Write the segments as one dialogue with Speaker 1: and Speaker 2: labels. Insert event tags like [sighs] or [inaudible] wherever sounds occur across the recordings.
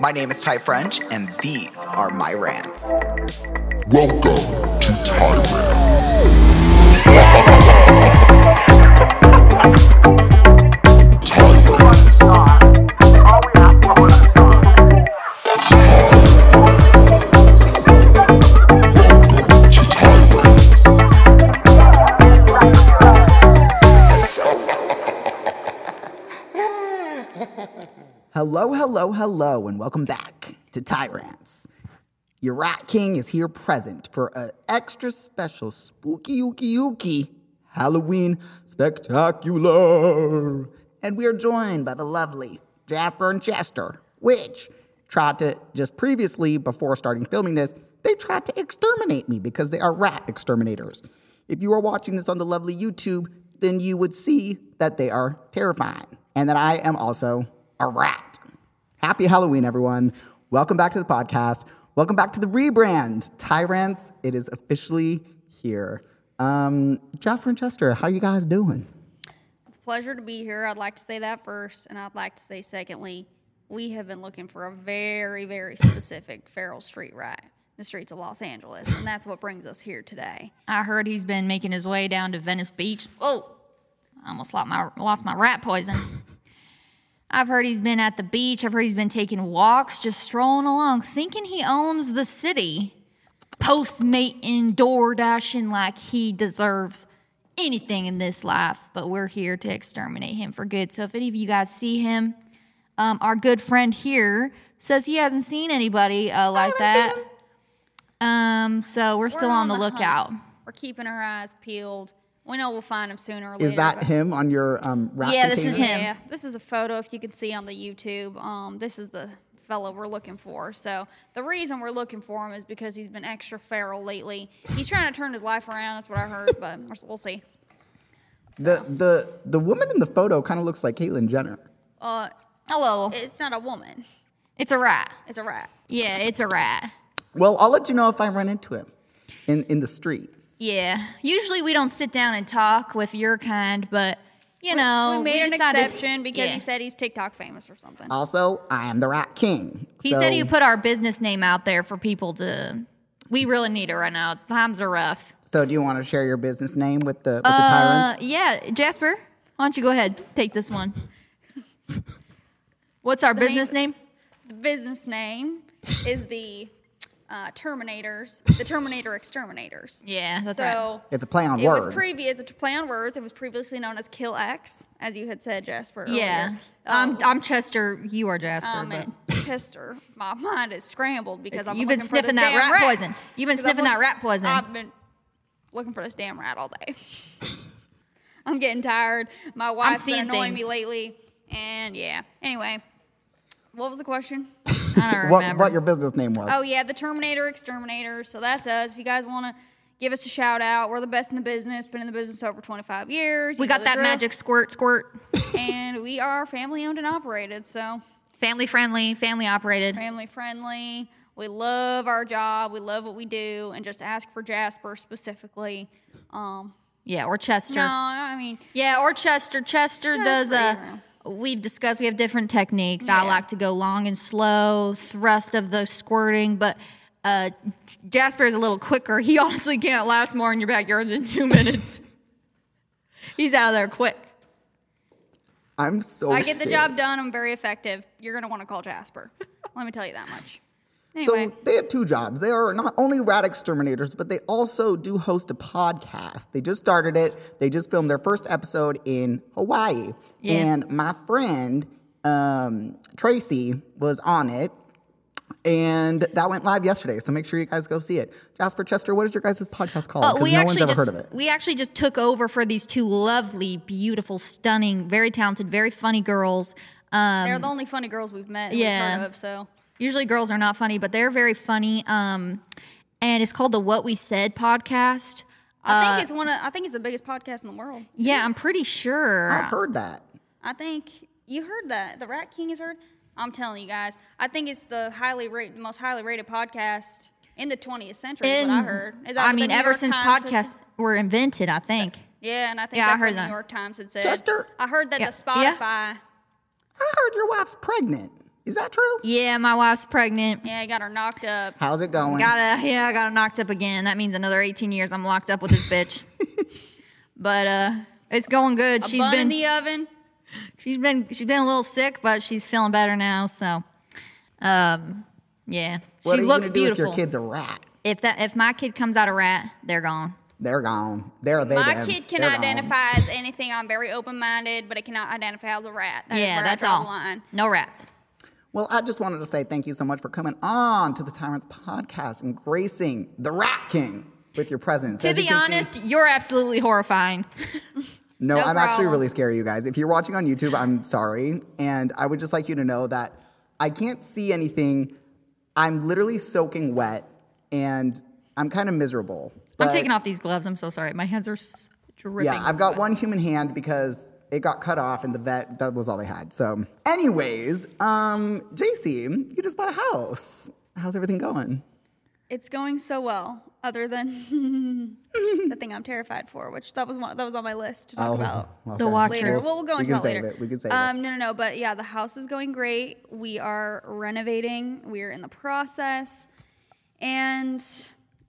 Speaker 1: My name is Ty French, and these are my rants.
Speaker 2: Welcome to Tyrants. Tyrants. Welcome to Tyrants.
Speaker 1: Hello, hello, hello, and welcome back to Tyrants. Your Rat King is here present for an extra special spooky ooky ooky Halloween spectacular. And we are joined by the lovely Jasper and Chester, which tried to just previously, before starting filming this, they tried to exterminate me because they are rat exterminators. If you are watching this on the lovely YouTube, then you would see that they are terrifying and that I am also a rat. Happy Halloween, everyone. Welcome back to the podcast. Welcome back to the rebrand. Tyrants, it is officially here. Um, Jasper and Chester, how you guys doing?
Speaker 3: It's a pleasure to be here. I'd like to say that first, and I'd like to say secondly, we have been looking for a very, very specific feral street rat, the streets of Los Angeles, and that's what brings us here today.
Speaker 4: I heard he's been making his way down to Venice Beach. Oh, I almost lost my lost my rat [laughs] poison. I've heard he's been at the beach. I've heard he's been taking walks, just strolling along, thinking he owns the city. Postmate and door dashing like he deserves anything in this life, but we're here to exterminate him for good. So if any of you guys see him, um, our good friend here says he hasn't seen anybody uh, like that. Um, so we're, still on, the,
Speaker 3: hunt.
Speaker 4: lookout.
Speaker 3: We're keeping our eyes peeled. We know we'll find him sooner or later.
Speaker 1: Is that
Speaker 3: but-
Speaker 1: him on your um, rat?
Speaker 4: Yeah, this is
Speaker 1: container?
Speaker 3: Yeah,
Speaker 4: him.
Speaker 3: this is a photo if you can see on the YouTube. Um, this is the fellow we're looking for. So the reason we're looking for him is because he's been extra feral lately. He's trying to turn his life around. That's what I heard, but we're- we'll see.
Speaker 1: The the the woman in the photo kind of looks like Caitlyn Jenner.
Speaker 3: Uh,
Speaker 4: Hello.
Speaker 3: it's not a woman.
Speaker 4: It's a rat.
Speaker 3: It's a rat.
Speaker 4: Yeah, it's a rat.
Speaker 1: Well, I'll let you know if I run into him in in the streets.
Speaker 4: Yeah. Usually we don't sit down and talk with your kind, but you know,
Speaker 3: we made an
Speaker 4: Oh, decided-
Speaker 3: exception because
Speaker 4: Yeah. Oh.
Speaker 3: he said he's TikTok famous or something.
Speaker 1: Also, I am the Rat King.
Speaker 4: he said he
Speaker 1: So-
Speaker 4: would put our business name out there for people to. We really need it right now. Times are rough.
Speaker 1: So, do you want to share your business name with the with the
Speaker 4: Uh,
Speaker 1: tyrants?
Speaker 4: yeah, Jasper, why don't you go ahead take this one? What's our business name?
Speaker 3: the business name is the uh, Terminators, the Terminator Exterminators.
Speaker 4: Yeah, that's
Speaker 3: so
Speaker 4: right.
Speaker 1: It's a play on
Speaker 3: it
Speaker 1: words.
Speaker 3: was previous. It's a play on words. It was previously known as Kill X, as you had said, Jasper.
Speaker 4: Yeah,
Speaker 3: earlier.
Speaker 4: I'm, I'm Chester. You are Jasper.
Speaker 3: Um,
Speaker 4: but.
Speaker 3: and Chester, my mind is scrambled because I'm
Speaker 4: You've been
Speaker 3: looking for this
Speaker 4: sniffing that
Speaker 3: damn
Speaker 4: rat poison. You've been
Speaker 3: 'Cause I'm
Speaker 4: sniffing
Speaker 3: look-
Speaker 4: that rat poison.
Speaker 3: I've been looking for this damn rat all day. [laughs] I'm getting tired. My wife's been
Speaker 4: seeing
Speaker 3: annoying me
Speaker 4: things.
Speaker 3: lately, and yeah. Anyway, what was the question?
Speaker 4: I don't
Speaker 1: what,
Speaker 4: remember.
Speaker 1: what your business name was?
Speaker 3: Oh yeah, the Terminator Exterminator. So that's us. If you guys want to give us a shout out, we're the best in the business. Been in the business over 25 years.
Speaker 4: we
Speaker 3: You know
Speaker 4: got
Speaker 3: the
Speaker 4: that
Speaker 3: drill.
Speaker 4: magic [laughs] squirt squirt.
Speaker 3: and we are family owned and operated. So
Speaker 4: Family friendly, family operated.
Speaker 3: family friendly. We love our job. We love what we do, and just ask for Jasper specifically. Um,
Speaker 4: Yeah, or Chester.
Speaker 3: no, I mean
Speaker 4: Yeah, or Chester. Chester does
Speaker 3: pretty
Speaker 4: a. We've discussed we have different techniques. I
Speaker 3: Yeah.
Speaker 4: like to go long and slow, thrust of the squirting, but uh, Jasper is a little quicker. He [laughs] honestly can't last more in your backyard than
Speaker 3: [laughs]
Speaker 4: two minutes. He's out of there quick.
Speaker 1: I'm so.
Speaker 3: I get the
Speaker 1: scared.
Speaker 3: job done. I'm very effective. You're gonna want to call Jasper. [laughs] Let me tell you that much. Anyway,
Speaker 1: So they have two jobs. They are not only rat exterminators, but they also do host a podcast. They just started it. They just filmed their first episode in Hawaii.
Speaker 4: Yeah.
Speaker 1: And my friend um, Tracy was on it. And that went live yesterday, so make sure you guys go see it. Jasper Chester, what is your guys' podcast called?
Speaker 4: Uh,
Speaker 1: 'Cause
Speaker 4: we
Speaker 1: Oh, no
Speaker 4: actually
Speaker 1: one's ever
Speaker 4: just
Speaker 1: heard of it.
Speaker 4: we actually just took over for these two lovely, beautiful, stunning, very talented, very funny girls. Um,
Speaker 3: they're the only funny girls we've met. and
Speaker 4: yeah.
Speaker 3: We've heard of, so
Speaker 4: usually girls are not funny, but they're very funny. Um, and it's called the What We Said podcast.
Speaker 3: I
Speaker 4: Uh,
Speaker 3: think it's one of. I think it's the biggest podcast in the world.
Speaker 4: Yeah, I'm pretty sure.
Speaker 1: I've heard that.
Speaker 3: I think you heard that the Rat King is heard. I'm telling you guys, I think it's the highly rated, most highly rated podcast in the 20th century. is what I
Speaker 4: And-
Speaker 3: heard. Is that
Speaker 4: I
Speaker 3: what the
Speaker 4: mean,
Speaker 3: New
Speaker 4: ever
Speaker 3: York
Speaker 4: since
Speaker 3: Times had-
Speaker 4: podcasts were invented, I think.
Speaker 3: yeah, and I think
Speaker 4: Yeah, I
Speaker 3: that's
Speaker 4: heard
Speaker 3: what the
Speaker 4: that.
Speaker 3: New York Times had said.
Speaker 1: Chester?
Speaker 3: I heard that
Speaker 4: Yeah.
Speaker 3: the
Speaker 4: Yeah.
Speaker 3: Spotify.
Speaker 1: I heard your wife's pregnant. Is that true?
Speaker 4: Yeah, my wife's pregnant.
Speaker 3: Yeah, I got her knocked up.
Speaker 1: How's it going?
Speaker 4: Gotta [laughs] yeah, I got knocked up again. That means another 18 years I'm locked up with this bitch.
Speaker 3: [laughs]
Speaker 4: but uh it's going good.
Speaker 3: A
Speaker 4: She's
Speaker 3: bun in
Speaker 4: been
Speaker 3: the oven.
Speaker 4: she's been she's been a little sick, but she's feeling better now, so um yeah.
Speaker 1: What
Speaker 4: she
Speaker 1: are you gonna
Speaker 4: looks
Speaker 1: do
Speaker 4: beautiful.
Speaker 1: If your kid's a rat,
Speaker 4: If that if my kid comes out a rat, they're gone.
Speaker 1: they're gone. They're they.
Speaker 3: My
Speaker 1: them.
Speaker 3: kid can
Speaker 1: They're gone.
Speaker 3: identify as anything. I'm very open minded, but it cannot identify as a rat. That is
Speaker 4: yeah,
Speaker 3: where I
Speaker 4: that's
Speaker 3: draw
Speaker 4: all.
Speaker 3: The line.
Speaker 4: No rats.
Speaker 1: Well, I just wanted to say thank you so much for coming on to the Tyrants Podcast and gracing the Rat King with your presence.
Speaker 4: To
Speaker 1: As you
Speaker 4: be
Speaker 1: can see-
Speaker 4: honest, you're absolutely horrifying.
Speaker 1: no,
Speaker 3: no
Speaker 1: I'm actually
Speaker 3: problem.
Speaker 1: really scary, you guys. If you're watching on YouTube, I'm sorry, and I would just like you to know that I can't see anything. I'm literally soaking wet, and I'm kind of miserable.
Speaker 4: I'm taking off these gloves. I'm so sorry. My hands are s- dripping.
Speaker 1: Yeah, I've got one human hand because it got cut off, and the vet that was all they had. So, anyways, um, JC, you just bought a house. How's everything going?
Speaker 3: It's going so well, other than [laughs] the thing I'm terrified for, which that was one, that was on my list to
Speaker 1: Oh.
Speaker 3: talk about.
Speaker 1: well, [laughs]
Speaker 4: The
Speaker 1: okay.
Speaker 4: watcher.
Speaker 3: later.
Speaker 4: We'll-
Speaker 3: We'll, we'll go
Speaker 1: we
Speaker 3: into
Speaker 1: can
Speaker 3: that
Speaker 1: save
Speaker 3: later.
Speaker 1: it. We can save
Speaker 3: um, No, no, no. But yeah, the house is going great. We are renovating. We are in the process, and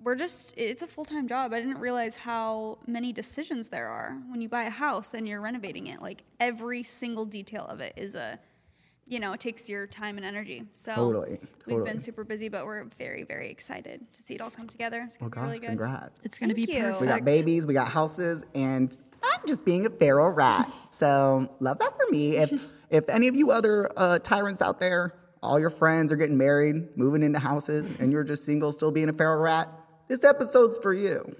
Speaker 3: we're just—it's a full-time job. I didn't realize how many decisions there are when you buy a house and you're renovating it. Like every single detail of it is a, you know, it takes your time and energy. So
Speaker 1: Totally,
Speaker 3: we've
Speaker 1: totally.
Speaker 3: been super busy, but we're very, very excited to see it all come together. It's
Speaker 1: Oh
Speaker 3: gonna be
Speaker 1: gosh,
Speaker 3: really good.
Speaker 1: congrats.
Speaker 4: It's gonna
Speaker 3: Thank
Speaker 4: be
Speaker 3: you.
Speaker 4: perfect.
Speaker 1: we got babies, we got houses, and I'm just being a feral rat. So love that for me.
Speaker 3: [laughs]
Speaker 1: If if any of you other uh, tyrants out there, all your friends are getting married, moving into houses, and you're just single, still being a feral rat, this episode's for you.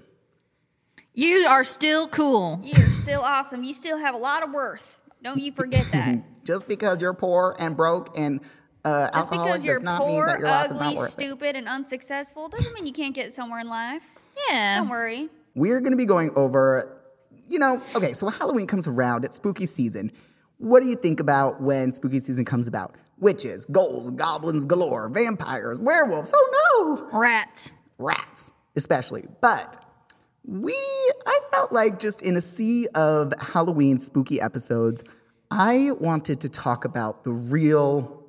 Speaker 4: You are still cool.
Speaker 3: You're still awesome. You still have a lot of worth. Don't you forget
Speaker 1: [laughs]
Speaker 3: that.
Speaker 1: Just because you're poor and broke and uh,
Speaker 3: Just
Speaker 1: alcoholic
Speaker 3: because you're
Speaker 1: does not mean
Speaker 3: poor,
Speaker 1: that your life is
Speaker 3: ugly,
Speaker 1: not worth it.
Speaker 3: stupid, and unsuccessful doesn't mean you can't get somewhere in life.
Speaker 4: Yeah.
Speaker 3: Don't worry.
Speaker 1: We're going to be going over, you know, okay, so Halloween comes around, it's spooky season. What do you think about when spooky season comes about? Witches, ghouls, goblins galore, vampires, werewolves, oh no,
Speaker 4: Rats.
Speaker 1: rats, especially. But we, I felt like just in a sea of Halloween spooky episodes, I wanted to talk about the real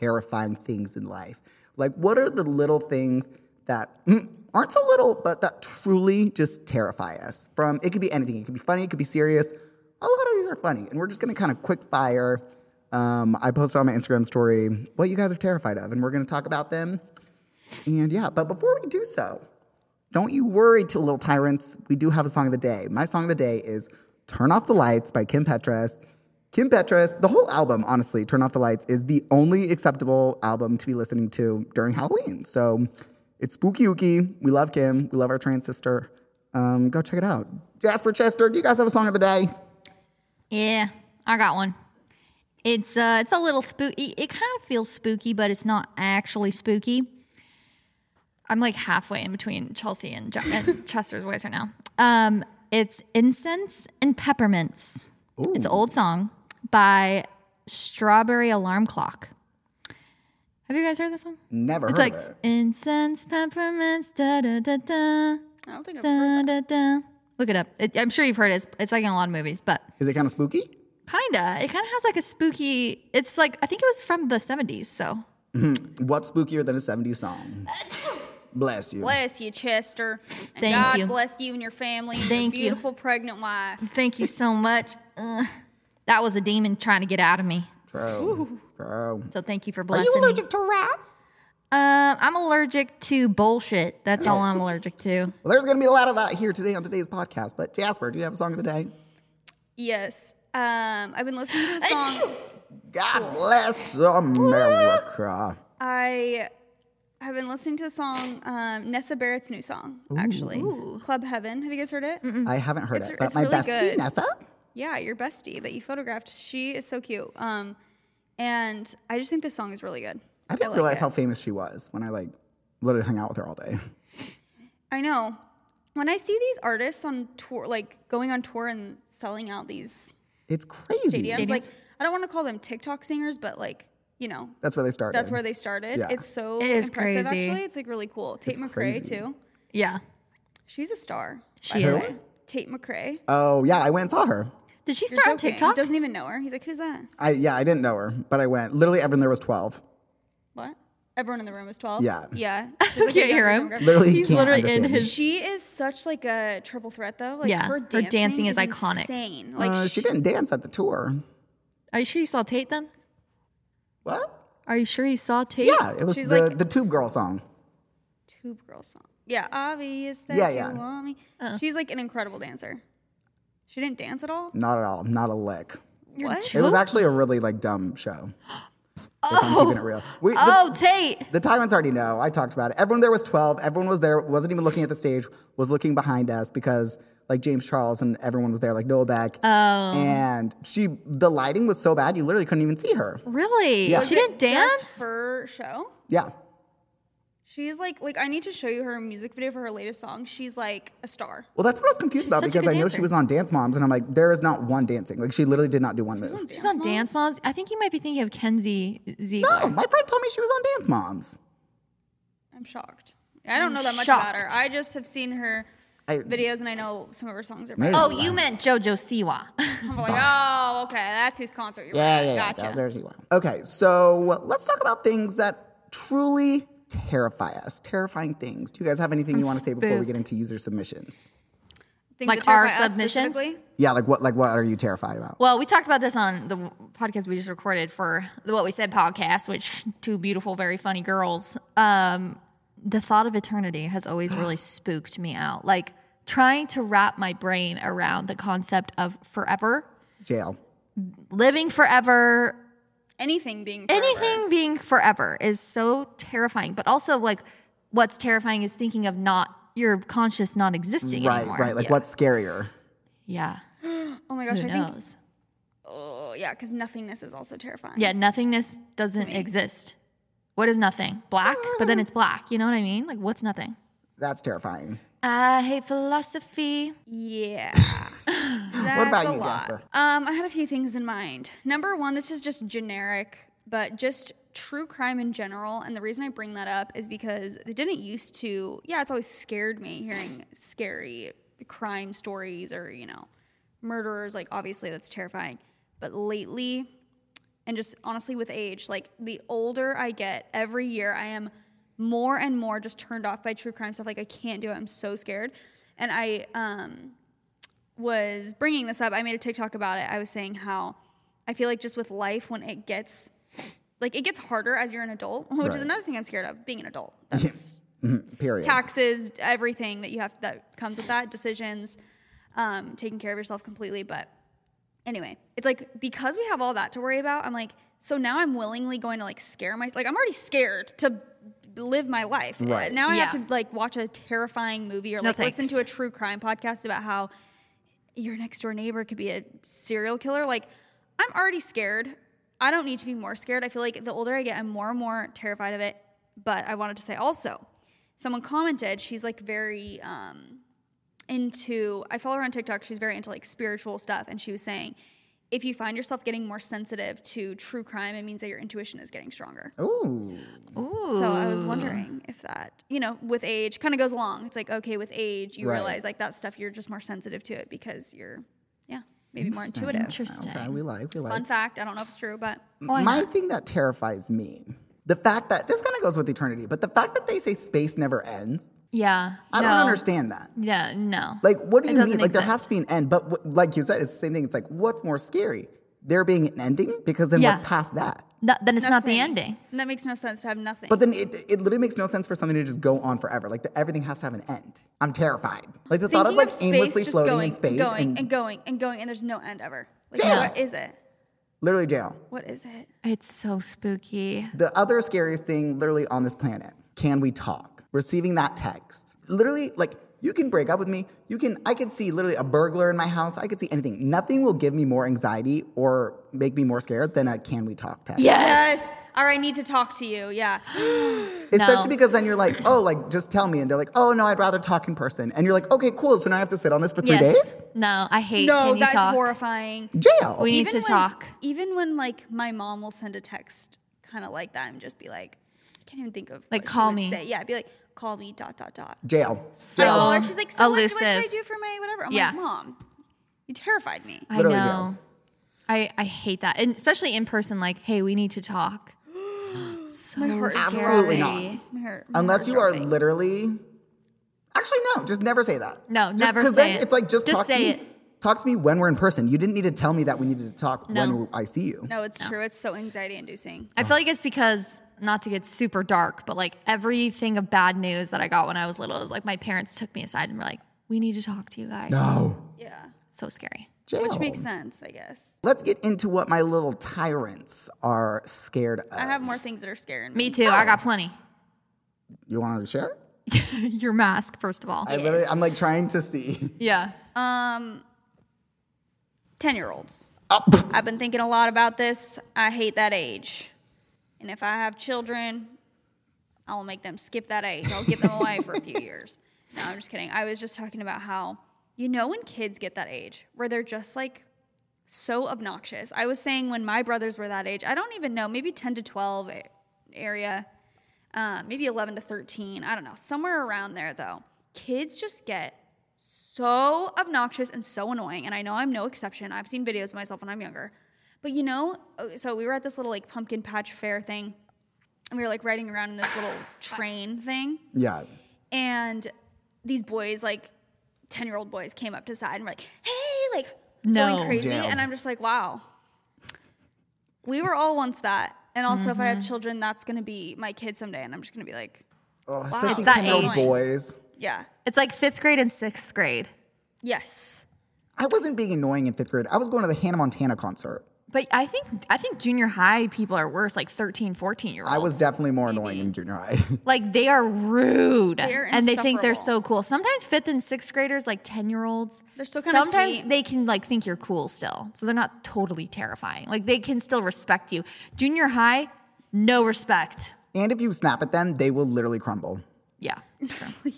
Speaker 1: terrifying things in life. Like, what are the little things that mm, aren't so little, but that truly just terrify us? From it could be anything, it could be funny, it could be serious. A lot of these are funny, and we're just gonna kind of quick fire. Um, I posted on my Instagram story what you guys are terrified of, and we're gonna talk about them. And yeah, but before we do so, don't you worry, t- little tyrants. We do have a song of the day. My song of the day is Turn Off the Lights by Kim Petras. Kim Petras, the whole album, honestly, Turn Off the Lights is the only acceptable album to be listening to during Halloween. So it's spooky ooky. We love Kim. We love our trans sister. Um, go check it out. Jasper Chester, do you guys have a song of the day?
Speaker 4: Yeah, I got one. It's uh, it's a little spooky. It kind of feels spooky, but it's not actually spooky. I'm like halfway in between Chelsea and, Jo-
Speaker 3: [laughs]
Speaker 4: and Chester's voice right now. Um, it's incense and peppermints. It's an old song by Strawberry Alarm Clock. Have you guys heard this one?
Speaker 1: Never
Speaker 4: It's
Speaker 1: heard
Speaker 4: like
Speaker 1: of it.
Speaker 4: incense, peppermints, da da da da
Speaker 3: I don't think I've heard
Speaker 4: da da da. Look it up. It, I'm sure you've heard it. It's, it's like in a lot of movies, but
Speaker 1: Is it kind of spooky?
Speaker 4: Kinda. It kind of has like a spooky. It's like I think it was from the seventies. So
Speaker 1: What's spookier than a 70s [coughs] song? Bless you.
Speaker 3: Bless you, Chester. And
Speaker 4: Thank
Speaker 3: God
Speaker 4: you.
Speaker 3: bless you and your family and
Speaker 4: Thank you.
Speaker 3: your beautiful pregnant wife.
Speaker 4: thank you so much. Ugh. That was a demon trying to get out of me.
Speaker 1: True. True.
Speaker 4: So thank you for
Speaker 1: Are
Speaker 4: blessing
Speaker 1: you allergic
Speaker 4: me.
Speaker 1: to rats?
Speaker 4: Um, I'm allergic to bullshit. That's all
Speaker 1: [laughs]
Speaker 4: I'm allergic to.
Speaker 1: Well, there's going to be a lot of that here today on today's podcast. But Jasper, do you have a song of the day?
Speaker 3: Yes. Um, I've been
Speaker 1: [laughs]
Speaker 3: listening to the song.
Speaker 1: God bless America.
Speaker 3: I have been listening to the song, um, Nessa Barrett's new song, actually. Club Heaven. Have you guys heard it?
Speaker 1: I haven't heard
Speaker 3: Mm. It's-
Speaker 1: it, but
Speaker 3: it's
Speaker 1: my
Speaker 3: really
Speaker 1: bestie
Speaker 3: good.
Speaker 1: Nessa.
Speaker 3: Yeah, your bestie that you photographed. She is so cute. Um, and I just think this song is really good.
Speaker 1: I didn't
Speaker 3: like
Speaker 1: realize
Speaker 3: it.
Speaker 1: how famous she was when I like literally hung out with her all day.
Speaker 3: I know. When I see these artists on tour, like going on tour and selling out these
Speaker 1: It's crazy.
Speaker 3: stadiums, like I don't want to call them TikTok singers, but like you know,
Speaker 1: That's where they started.
Speaker 3: that's where they started.
Speaker 1: Yeah.
Speaker 3: It's so
Speaker 4: It is
Speaker 3: impressive.
Speaker 4: crazy.
Speaker 3: Actually, it's like really cool. Tate McRae
Speaker 1: crazy.
Speaker 3: too.
Speaker 4: Yeah,
Speaker 3: She's a star.
Speaker 4: she
Speaker 1: Who?
Speaker 4: is.
Speaker 3: Tate McRae.
Speaker 1: Oh yeah, I went and saw her.
Speaker 4: Did she
Speaker 3: You're
Speaker 4: start on
Speaker 3: joking.
Speaker 4: TikTok?
Speaker 3: Doesn't even know her. He's like, who's that?
Speaker 1: I yeah, I didn't know her, but I went. Literally, everyone there was twelve.
Speaker 3: What? Everyone in the room is 12?
Speaker 1: Yeah.
Speaker 3: Yeah.
Speaker 4: [laughs] I can't hear him.
Speaker 1: Literally,
Speaker 4: He's
Speaker 1: can't
Speaker 4: literally in
Speaker 1: understand me.
Speaker 4: his-
Speaker 3: She is such like a triple threat though. Like
Speaker 4: Yeah,
Speaker 3: her
Speaker 4: her
Speaker 3: dancing,
Speaker 4: dancing is iconic.
Speaker 3: Insane. Like
Speaker 1: Uh, she didn't dance at the tour.
Speaker 4: Are you sure you saw Tate then?
Speaker 1: What?
Speaker 4: Are you sure you saw Tate?
Speaker 1: Yeah, it was
Speaker 3: She's
Speaker 1: the,
Speaker 3: like-
Speaker 1: the Tube Girl song.
Speaker 3: Tube Girl song. Yeah, obvious that
Speaker 1: Yeah,
Speaker 3: you
Speaker 1: yeah.
Speaker 3: want me.
Speaker 4: Uh.
Speaker 3: She's like an incredible dancer. She didn't dance at all.
Speaker 1: Not at all. Not a lick.
Speaker 3: what?
Speaker 1: It was actually a really like dumb show. If I'm keeping it real. We, the-
Speaker 4: Oh, Tate.
Speaker 1: The Tyrants already know. I talked about it. Everyone there was 12. Everyone was there, wasn't even looking at the stage, was looking behind us because like James Charles and everyone was there, like Noah Beck. Oh. And she, the lighting was so bad, you literally couldn't even see her.
Speaker 4: Really?
Speaker 1: Yeah.
Speaker 4: She
Speaker 1: Was
Speaker 4: didn't
Speaker 3: Just
Speaker 4: dance?
Speaker 3: her show.
Speaker 1: Yeah.
Speaker 3: She's like like I need to show you her music video for her latest song. She's like a star.
Speaker 1: Well, that's what I was confused about
Speaker 4: such a
Speaker 1: because
Speaker 4: good
Speaker 1: I know
Speaker 4: dancer.
Speaker 1: she was on Dance Moms, and I'm like, there is not one dancing. Like, she literally did not do one move.
Speaker 4: She's on Dance Moms. I think you might be thinking of Kenzie Ziegler.
Speaker 1: Oh, my friend told me she was on Dance Moms.
Speaker 3: I'm shocked. I don't know that much about her.
Speaker 4: shocked.
Speaker 3: I just have seen her
Speaker 1: I-
Speaker 3: videos and I know some of her songs are.
Speaker 1: Maybe.
Speaker 4: Oh, you meant JoJo Siwa. [laughs]
Speaker 3: I'm like, oh, okay, that's whose concert you're
Speaker 1: Yeah,
Speaker 3: at.
Speaker 1: yeah, yeah.
Speaker 3: gotcha.
Speaker 1: That was Jersey Wild. Okay, so let's talk about things that truly terrify us. Terrifying things. Do you guys have anything you want to say before we get into user submissions?
Speaker 3: Things
Speaker 4: Like
Speaker 3: that terrify
Speaker 4: our
Speaker 3: us
Speaker 4: submissions?
Speaker 3: specifically?
Speaker 1: Yeah, like what? Like what are you terrified about?
Speaker 4: well, we talked about this on the podcast we just recorded for the What We Said podcast, which two beautiful, very funny girls. Um, the thought of eternity has
Speaker 1: [sighs]
Speaker 4: always really spooked me out. Like trying to wrap my brain around the concept of forever,
Speaker 1: Jail.
Speaker 4: living forever,
Speaker 3: Anything being forever.
Speaker 4: anything being forever is so terrifying. But also, like, what's terrifying is thinking of not your conscious not existing
Speaker 1: Right,
Speaker 4: anymore.
Speaker 1: right. Like what's scarier?
Speaker 4: Yeah.
Speaker 3: Oh my gosh,
Speaker 4: Who
Speaker 3: I think.
Speaker 4: knows?
Speaker 3: Oh yeah, because nothingness is also terrifying.
Speaker 4: Yeah, nothingness doesn't exist. What is nothing? Black, but then it's black. You know what I mean? Like, what's nothing?
Speaker 1: That's terrifying.
Speaker 4: I hate philosophy.
Speaker 3: Yeah.
Speaker 1: [laughs] what about
Speaker 3: That's a
Speaker 1: you,
Speaker 3: lot.
Speaker 1: Jasper?
Speaker 3: Um, I had a few things in mind. Number one, this is just generic, but just true crime in general. And the reason I bring that up is because it didn't used to. Yeah, it's always scared me hearing scary crime stories or you know murderers. Like obviously that's terrifying, but lately, and just honestly with age, like the older I get, every year I am more and more just turned off by true crime stuff. Like I can't do it. I'm so scared. And I um was bringing this up. I made a TikTok about it. I was saying how I feel like just with life, when it gets like it gets harder as you're an adult, [laughs] which is
Speaker 1: Right.
Speaker 3: another thing I'm scared of being
Speaker 1: [laughs]
Speaker 3: an adult. That's
Speaker 1: Period.
Speaker 3: taxes, everything that you have that comes with that, decisions, um, taking care of yourself completely. But anyway, it's like because we have all that to worry about, I'm like, so now I'm willingly going to like scare myself. Like I'm already scared to live my life.
Speaker 1: Right.
Speaker 3: Now I
Speaker 4: Yeah.
Speaker 3: have to like watch a terrifying movie or
Speaker 4: No
Speaker 3: like listen to a
Speaker 4: thanks.
Speaker 3: true crime podcast about how your next door neighbor could be a serial killer. Like, I'm already scared. I don't need to be more scared. I feel like the older I get, I'm more and more terrified of it. But I wanted to say also, someone commented, she's like very um, into, I follow her on TikTok, she's very into like spiritual stuff. And she was saying, if you find yourself getting more sensitive to true crime, it means that your intuition is getting stronger.
Speaker 1: Ooh.
Speaker 4: Ooh.
Speaker 3: So I was wondering if that, you know, with age kind of goes along. It's like, okay, with age, you
Speaker 1: Right.
Speaker 3: realize like that stuff, you're just more sensitive to it because you're, yeah, maybe more intuitive.
Speaker 4: Interesting.
Speaker 1: Okay, we like, we like.
Speaker 3: Fun fact, I don't know if it's true, but
Speaker 4: Why
Speaker 1: My thing that terrifies me, the fact that this kind of goes with eternity, but the fact that they say space never ends,
Speaker 4: Yeah.
Speaker 1: I
Speaker 4: no.
Speaker 1: don't understand that.
Speaker 4: Yeah, no.
Speaker 1: Like, what do
Speaker 4: It
Speaker 1: you mean?
Speaker 4: doesn't
Speaker 1: Like, there
Speaker 4: exist.
Speaker 1: has to be an end. But what, like you said, it's the same thing. It's like, what's more scary? There being an ending? Because then
Speaker 4: Yeah.
Speaker 1: what's past that?
Speaker 4: No, then it's not the
Speaker 3: Nothing.
Speaker 4: ending.
Speaker 3: And that makes no sense to have nothing.
Speaker 1: But then it, it literally makes no sense for something to just go on forever. Like, the, everything has to have an end. I'm terrified. Like, the thought of,
Speaker 3: Thinking
Speaker 1: like,
Speaker 3: space
Speaker 1: aimlessly
Speaker 3: just
Speaker 1: floating
Speaker 3: going,
Speaker 1: in space
Speaker 3: going
Speaker 1: and,
Speaker 3: and, going and going, and there's no end ever. Like,
Speaker 1: Yeah.
Speaker 3: what is it?
Speaker 1: literally jail.
Speaker 3: What is it?
Speaker 4: It's so spooky.
Speaker 1: The other scariest thing, literally, on this planet can we talk? Receiving that text. Literally, like, you can break up with me. You can, I could see literally a burglar in my house. I could see anything. Nothing will give me more anxiety or make me more scared than a can we talk text.
Speaker 4: Yes.
Speaker 3: Or I need to talk to you. Yeah.
Speaker 1: Especially
Speaker 4: No.
Speaker 1: because then you're like, oh, like just tell me, and they're like, oh no, I'd rather talk in person, and you're like, okay, cool. So now I have to sit on this for three
Speaker 4: Yes.
Speaker 1: days.
Speaker 4: No, I hate
Speaker 3: no,
Speaker 4: can you
Speaker 3: that's
Speaker 4: talk?
Speaker 3: horrifying.
Speaker 1: Jail.
Speaker 4: We need to
Speaker 3: Even when-
Speaker 4: talk.
Speaker 3: Even when like my mom will send a text kind of like that and just be like, I can't even think of
Speaker 4: Like,
Speaker 3: what she
Speaker 4: call
Speaker 3: would
Speaker 4: me.
Speaker 3: Say. Yeah, I'd be like, call me dot dot dot.
Speaker 1: jail.
Speaker 4: So-
Speaker 3: Or she's like, so what, do- what
Speaker 4: Elusive.
Speaker 3: should I do for my whatever? I'm
Speaker 4: Yeah.
Speaker 3: like, mom, you terrified me.
Speaker 4: I
Speaker 1: Literally, yeah.
Speaker 3: [gasps]
Speaker 4: know. I, I hate that. And especially in person, like, hey, we need to talk. So
Speaker 3: heart's
Speaker 1: Absolutely
Speaker 4: scary.
Speaker 3: My heart- my
Speaker 1: Unless
Speaker 3: heart's
Speaker 1: you are
Speaker 3: dropping.
Speaker 1: literally. Actually, no. Just never say that.
Speaker 4: No,
Speaker 1: Just-
Speaker 4: never
Speaker 1: 'cause
Speaker 4: say
Speaker 1: then
Speaker 4: it.
Speaker 1: It's like just,
Speaker 4: Just
Speaker 1: talk
Speaker 4: say
Speaker 1: to me.
Speaker 4: it.
Speaker 1: Talk to me when we're in person. You didn't need to tell me that we needed to talk when
Speaker 4: No.
Speaker 1: I see you.
Speaker 3: No, it's true. It's so anxiety inducing.
Speaker 4: I feel like it's because not to get super dark, but like everything of bad news that I got when I was little is like my parents took me aside and were like, "We need to talk to you guys."
Speaker 1: No.
Speaker 3: Yeah.
Speaker 4: So scary.
Speaker 1: Jail.
Speaker 3: Which makes
Speaker 1: Oh.
Speaker 3: sense, I guess.
Speaker 1: Let's get into what my little tyrants are scared of.
Speaker 4: Uh-huh.
Speaker 3: I have more things that are scaring me.
Speaker 4: Me too.
Speaker 1: Oh.
Speaker 4: I got plenty. [laughs]
Speaker 1: you want to share?
Speaker 4: Your mask, first of all.
Speaker 1: I literally, I'm like trying to see.
Speaker 4: yeah.
Speaker 3: Um, 10 year olds.
Speaker 1: Oh, pff,
Speaker 3: I've been thinking a lot about this. I hate that age. And if I have children, I'll make them skip that age. I'll give them away for a few years. No, I'm just kidding. I was just talking about how, you know, when kids get that age where they're just like so obnoxious. I was saying when my brothers were that age, I don't even know, maybe 10 to 12 a- area, uh, maybe 11 to 13. I don't know. Somewhere around there, though, kids just get so obnoxious and so annoying. And I know I'm no exception. I've seen videos of myself when I'm younger. But you know, uh, so we were at this little like pumpkin patch fair thing, and we were like riding around in this little train thing.
Speaker 1: yeah.
Speaker 3: And these boys, like 10 year old boys, came up to the side and were like, hey, like
Speaker 4: No.
Speaker 3: going crazy.
Speaker 1: Damn.
Speaker 3: And I'm just like, wow. We were all once that. And also, if I have children, that's going to be my kid someday. And I'm just going to be like,
Speaker 1: Oh, especially
Speaker 4: It's that
Speaker 1: 10 year old
Speaker 4: age.
Speaker 1: boys.
Speaker 3: yeah,
Speaker 4: It's like fifth grade and sixth grade.
Speaker 3: yes.
Speaker 1: I wasn't being annoying in fifth grade. I was going to the Hannah Montana concert.
Speaker 4: But I think I think junior high people are worse, like 13, 14 year olds.
Speaker 1: I was definitely more annoying in junior high. [laughs]
Speaker 4: like they are rude
Speaker 3: They're
Speaker 4: and they think they're
Speaker 3: insufferable.
Speaker 4: so cool. Sometimes fifth and sixth graders, like 10 year olds,
Speaker 3: They're still kinda
Speaker 4: sometimes
Speaker 3: sweet.
Speaker 4: they can like think you're cool still. So they're not totally terrifying. Like they can still respect you. Junior high, no respect.
Speaker 1: and if you snap at them, they will literally crumble.
Speaker 3: [laughs]
Speaker 4: Yeah. true.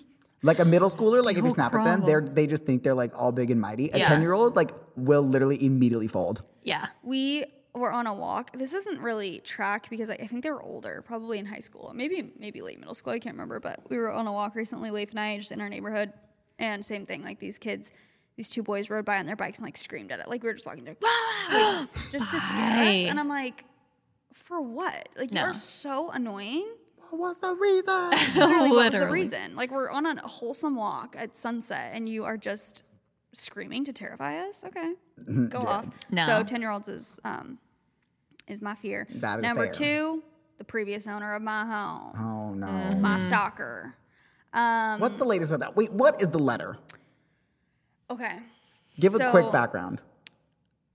Speaker 1: Like a middle schooler, like if you
Speaker 4: You'll
Speaker 1: snap at them,
Speaker 4: crumble.
Speaker 1: they're they just think they're like all big and mighty. A
Speaker 4: Yeah.
Speaker 1: ten year old like will literally immediately fold.
Speaker 4: yeah.
Speaker 3: we were on a walk. This isn't really track because I, I think they were older, probably in high school, maybe maybe late middle school. I can't remember, but we were on a walk recently, late night, just in our neighborhood, and same thing. Like these kids, these two boys rode by on their bikes and like screamed at it. Like we were just walking, they're like, "Wow,"
Speaker 4: [gasps]
Speaker 3: like, just to scare us.
Speaker 4: Why?
Speaker 3: And I'm like, for what? Like you
Speaker 4: No.
Speaker 3: are so annoying.
Speaker 1: What was the reason?
Speaker 3: Literally, what was the
Speaker 4: [laughs] Literally.
Speaker 3: reason? Like we're on a wholesome walk at sunset, and you are just screaming to terrify us. Okay,
Speaker 1: [laughs]
Speaker 3: go off.
Speaker 4: No.
Speaker 3: So ten year olds is um is my fear.
Speaker 1: That is
Speaker 3: Number
Speaker 1: fair.
Speaker 3: two, the previous owner of my home,
Speaker 1: oh no.
Speaker 3: my stalker. Um,
Speaker 1: What's the latest with that? Wait, what is the letter?
Speaker 3: okay,
Speaker 1: Give a quick
Speaker 3: So-
Speaker 1: background.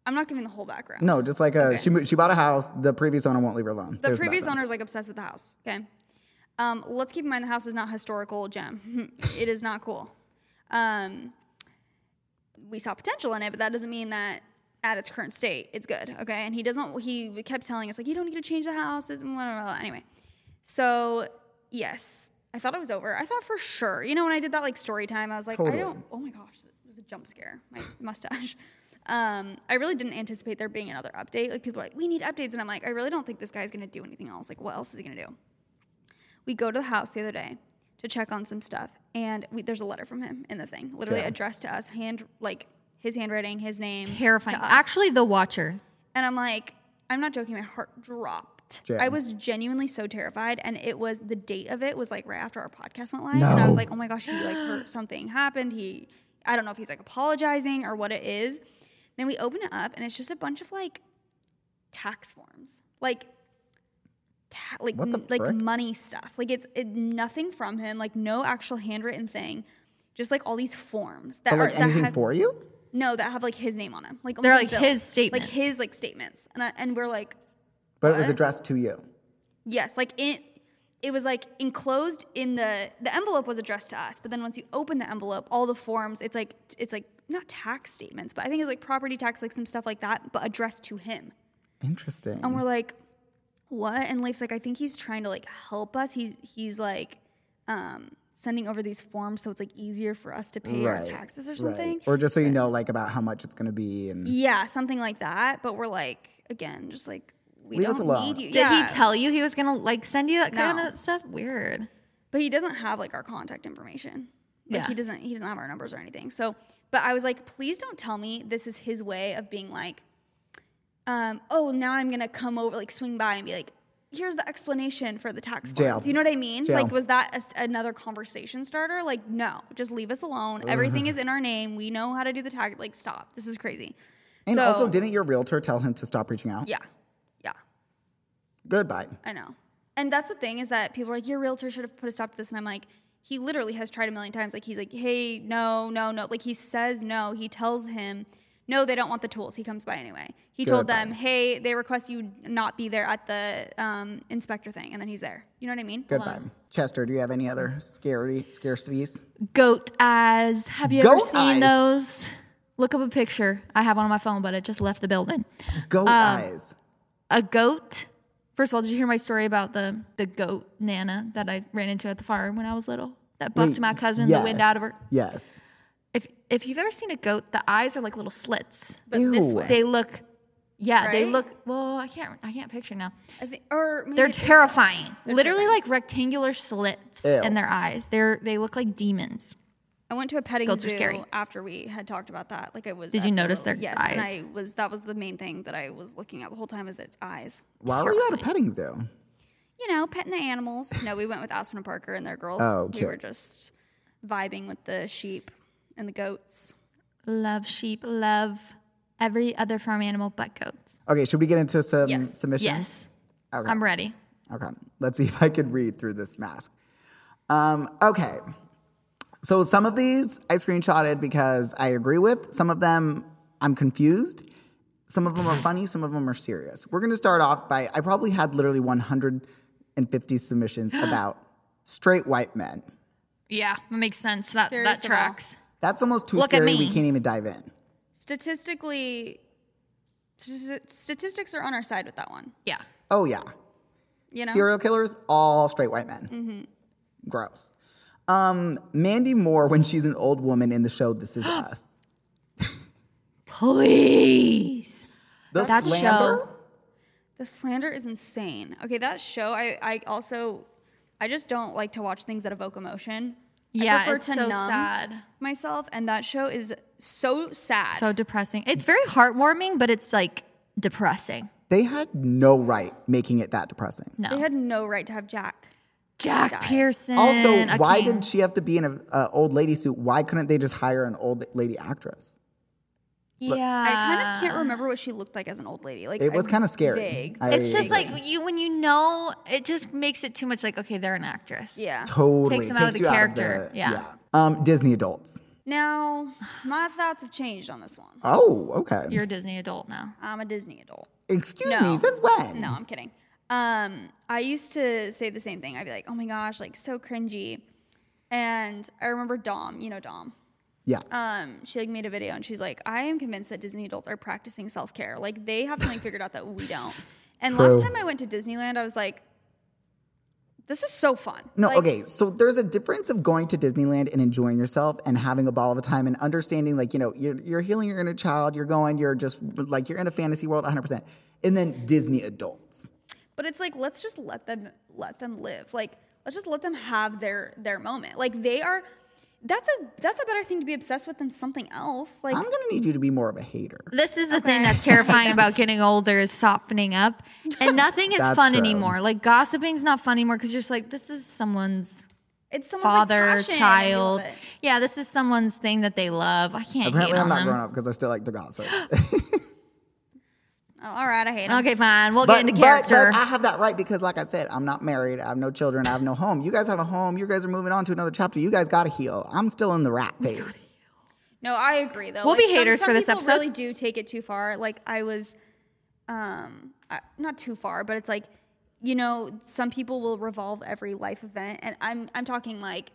Speaker 3: I'm not giving the whole background.
Speaker 1: No, just like a she mo- she bought a house. The previous owner won't leave her alone.
Speaker 3: The
Speaker 1: There's that
Speaker 3: previous
Speaker 1: then.
Speaker 3: owner is like obsessed with the house. Okay. Um, let's keep in mind the house is not historical gem. [laughs] it is not cool. Um, we saw potential in it, but that doesn't mean that at its current state it's good. Okay. And he doesn't. He kept telling us like you don't need to change the house. It's blah, blah, blah. Anyway, so yes, I thought it was over. I thought for sure. You know when I did that like story time, I was like, I
Speaker 1: Totally.
Speaker 3: don't. Oh my gosh, it was a jump scare. My [laughs] mustache. Um, I really didn't anticipate there being another update. Like people are like, we need updates, and I'm like, I really don't think this guy's gonna do anything else. Like, what else is he gonna do? We go to the house the other day to check on some stuff, and we, there's a letter from him in the thing, literally
Speaker 1: Yeah.
Speaker 3: addressed to us, hand like his handwriting, his name. to
Speaker 4: Terrifying.
Speaker 3: us.
Speaker 4: Actually, the watcher.
Speaker 3: And I'm like, I'm not joking. My heart dropped.
Speaker 1: Yeah.
Speaker 3: I was genuinely so terrified, and it was the date of it was like right after our podcast went live, and I was
Speaker 1: No.
Speaker 3: like, oh my gosh, he
Speaker 1: [gasps]
Speaker 3: like hurt something happened. He, I don't know if he's like apologizing or what it is. Then we open it up, and it's just a bunch of like tax forms, like. Ta- like
Speaker 1: What the
Speaker 3: n- like
Speaker 1: frick?
Speaker 3: money stuff like it's it, nothing from him like no actual handwritten thing just like all these forms that
Speaker 1: But
Speaker 3: are
Speaker 1: like
Speaker 3: that
Speaker 1: anything
Speaker 3: have,
Speaker 1: for you?
Speaker 3: no, that have like his name on them. Like
Speaker 4: They're,
Speaker 3: almost
Speaker 4: like,
Speaker 3: bills.
Speaker 4: his statements.
Speaker 3: like his like statements, and I, and we're like,
Speaker 1: But it was addressed to you.
Speaker 3: yes, like it. It was like enclosed in the the envelope was addressed to us, but then once you open the envelope, all the forms, it's like it's like not tax statements, but I think it's like property tax, like some stuff like that, but addressed to him.
Speaker 1: Interesting.
Speaker 3: And we're like, what? And Leif's like, I think he's trying to like help us. He's he's like, um, sending over these forms so it's like easier for us to pay our
Speaker 1: Right,
Speaker 3: taxes or
Speaker 1: right.
Speaker 3: something.
Speaker 1: Or just so you know, like about how much it's going to be, and
Speaker 3: Yeah, something like that. But we're like, again, just like we
Speaker 1: Leave
Speaker 3: don't
Speaker 1: us alone.
Speaker 3: need you.
Speaker 4: Did
Speaker 3: yeah.
Speaker 4: he tell you he was gonna like send you that kind
Speaker 3: No.
Speaker 4: of stuff? Weird.
Speaker 3: But he doesn't have like our contact information. Like
Speaker 4: Yeah.
Speaker 3: he doesn't he doesn't have our numbers or anything. So but I was like, please don't tell me this is his way of being like, um, oh now I'm gonna come over like swing by and be like, here's the explanation for the tax forms.
Speaker 1: Jail.
Speaker 3: You know what I mean?
Speaker 1: Jail.
Speaker 3: Like, was that a s another conversation starter? Like, no, just leave us alone. Everything is in our name. We know how to do the tax. Like, stop. This is crazy.
Speaker 1: And
Speaker 3: So-
Speaker 1: also, didn't your realtor tell him to stop reaching out?
Speaker 3: Yeah, yeah,
Speaker 1: Goodbye.
Speaker 3: I know. And that's the thing is that people are like, your realtor should have put a stop to this, and I'm like. He literally has tried a million times. Like he's like, "Hey, no, no, no." Like he says no. He tells him, "No, they don't want the tools." He comes by anyway. He told
Speaker 1: Goodbye.
Speaker 3: them, "Hey, they request you not be there at the um, inspector thing," and then he's there. You know what I mean?
Speaker 1: Goodbye. Chester, do you have any other scary scarcities?
Speaker 4: Goat eyes. Have you ever
Speaker 1: Goat
Speaker 4: seen
Speaker 1: eyes?
Speaker 4: those? Look up a picture. I have one on my phone, but it just left the building. Um,
Speaker 1: Goat eyes.
Speaker 4: A goat. First of all, did you hear my story about the the goat Nana that I ran into at the farm when I was little? That bucked my cousin the wind
Speaker 1: Yes.
Speaker 4: out of her.
Speaker 1: Yes.
Speaker 4: If if you've ever seen a goat, the eyes are like little slits.
Speaker 3: But this
Speaker 1: Ew.
Speaker 3: way.
Speaker 4: They look, yeah, they
Speaker 3: Right?
Speaker 4: look. Well, I can't I can't picture now.
Speaker 3: I think, or maybe
Speaker 4: They're
Speaker 3: it is-
Speaker 4: terrifying. Literally like rectangular slits
Speaker 1: Ew.
Speaker 4: in their eyes. They're they look like demons.
Speaker 3: I went to a petting
Speaker 4: Goats are
Speaker 3: zoo
Speaker 4: scary.
Speaker 3: after we had talked about that. Like I was.
Speaker 4: Did
Speaker 3: at
Speaker 4: you
Speaker 3: the
Speaker 4: notice
Speaker 3: little-
Speaker 4: their
Speaker 3: yes, And
Speaker 4: eyes?
Speaker 3: I was. That was the main thing that I was looking at the whole time is its eyes.
Speaker 1: Why were you at a petting zoo?
Speaker 3: You know, petting the animals. No, we went with Aspen and Parker and their girls.
Speaker 1: Oh,
Speaker 3: We
Speaker 1: cute.
Speaker 3: were just vibing with the sheep and the goats.
Speaker 4: Love sheep. Love every other farm animal but goats.
Speaker 1: Okay, should we get into some
Speaker 3: Yes.
Speaker 1: submissions?
Speaker 4: Yes, I'm ready.
Speaker 1: Okay, let's see if I can read through this mask. Um, okay, so some of these I screenshotted because I agree with. Some of them I'm confused. Some of them are funny. Some of them are serious. We're going to start off by I probably had literally 150
Speaker 4: [gasps]
Speaker 1: submissions about straight white men.
Speaker 4: Yeah, that makes sense. That
Speaker 3: There's
Speaker 4: that
Speaker 3: them all.
Speaker 4: tracks.
Speaker 1: That's almost too
Speaker 4: Look at
Speaker 1: scary.
Speaker 4: me.
Speaker 1: We can't even dive in.
Speaker 3: Statistically, st- statistics are on our side with that one.
Speaker 4: Yeah.
Speaker 1: Oh yeah,
Speaker 3: You know.
Speaker 1: serial killers, all straight white men.
Speaker 4: Mm-hmm.
Speaker 1: Gross. Um, Mandy Moore when she's an old woman in the show This
Speaker 4: [gasps]
Speaker 1: Is Us.
Speaker 4: Please.
Speaker 1: The
Speaker 4: That
Speaker 1: slander?
Speaker 4: show.
Speaker 3: The slander is insane. Okay, that show. I, I also, I just don't like to watch things that evoke emotion. I
Speaker 4: Yeah,
Speaker 3: prefer
Speaker 4: it's
Speaker 3: to
Speaker 4: so
Speaker 3: numb
Speaker 4: sad.
Speaker 3: myself, and that show is so sad.
Speaker 4: So depressing. It's very heartwarming, but it's like depressing.
Speaker 1: They had no right making it that depressing.
Speaker 4: No.
Speaker 3: they had no right to have Jack.
Speaker 4: Jack Pearson.
Speaker 1: Also,
Speaker 4: a
Speaker 1: why
Speaker 4: king.
Speaker 1: did she have to be in an old lady suit? Why couldn't they just hire an old lady actress?
Speaker 3: I
Speaker 4: Yeah.
Speaker 3: kind
Speaker 4: Uh.
Speaker 3: of can't remember what she looked like as an old lady. Like
Speaker 1: It was
Speaker 3: I'm
Speaker 1: kind of scary.
Speaker 3: Vague.
Speaker 1: I
Speaker 4: It's just like you when you know it just makes it too much like okay they're an actress.
Speaker 3: yeah.
Speaker 1: totally
Speaker 4: Takes them out of the
Speaker 1: you
Speaker 4: character. Yeah.
Speaker 1: Um, Disney adults.
Speaker 3: Now, my thoughts have changed on this one.
Speaker 1: Oh, okay.
Speaker 4: You're a Disney adult now.
Speaker 3: I'm a Disney adult.
Speaker 1: Excuse
Speaker 3: No.
Speaker 1: me. Since when?
Speaker 3: No, I'm kidding. Um, I used to say the same thing. I'd be like, "Oh my gosh, like so cringy," and I remember Dom. You know Dom.
Speaker 1: Yeah.
Speaker 3: um, she like made a video and she's like, I am convinced that Disney adults are practicing self care. Like they have something figured out that we don't. And
Speaker 1: True.
Speaker 3: last time I went to Disneyland, I was like, this is so fun.
Speaker 1: No,
Speaker 3: Like,
Speaker 1: okay. So there's a difference of going to Disneyland and enjoying yourself and having a ball of a time and understanding, like, you know, you're, you're healing your inner child, you're going, you're just like, you're in a fantasy world 100%. And then Disney adults.
Speaker 3: But it's like let's just let them let them live. Like let's just let them have their their moment. Like they are. That's a that's a better thing to be obsessed with than something else. Like
Speaker 1: I'm going to need you to be more of a hater.
Speaker 4: This is the thing that's [laughs] terrifying about getting older is softening up, and nothing is
Speaker 1: That's
Speaker 4: fun
Speaker 1: true.
Speaker 4: anymore. Like gossiping's not fun anymore because you're just like this is someone's
Speaker 3: it's someone's like,
Speaker 4: father,
Speaker 3: passion. I love
Speaker 4: child.
Speaker 3: it.
Speaker 4: Yeah, this is someone's thing that they love. I can't
Speaker 1: Apparently, I'm
Speaker 4: hate on
Speaker 1: not
Speaker 4: them.
Speaker 1: grown up because I still like to
Speaker 4: [gasps]
Speaker 1: gossip.
Speaker 3: Oh, all right, I hate it.
Speaker 4: Okay, fine. We'll get into
Speaker 1: but,
Speaker 4: character.
Speaker 1: I have that right because, like I said, I'm not married. I have no children. I have no home. You guys have a home. You guys are moving on to another chapter. You guys got to heal. I'm still in the rat phase.
Speaker 3: No, I agree though.
Speaker 4: We'll be
Speaker 3: some-
Speaker 4: haters
Speaker 3: some
Speaker 4: for this
Speaker 3: people
Speaker 4: episode.
Speaker 3: Really do take it too far. Like I was, um, I, not too far, but it's like, you know, some people will revolve every life event, and I'm I'm talking like,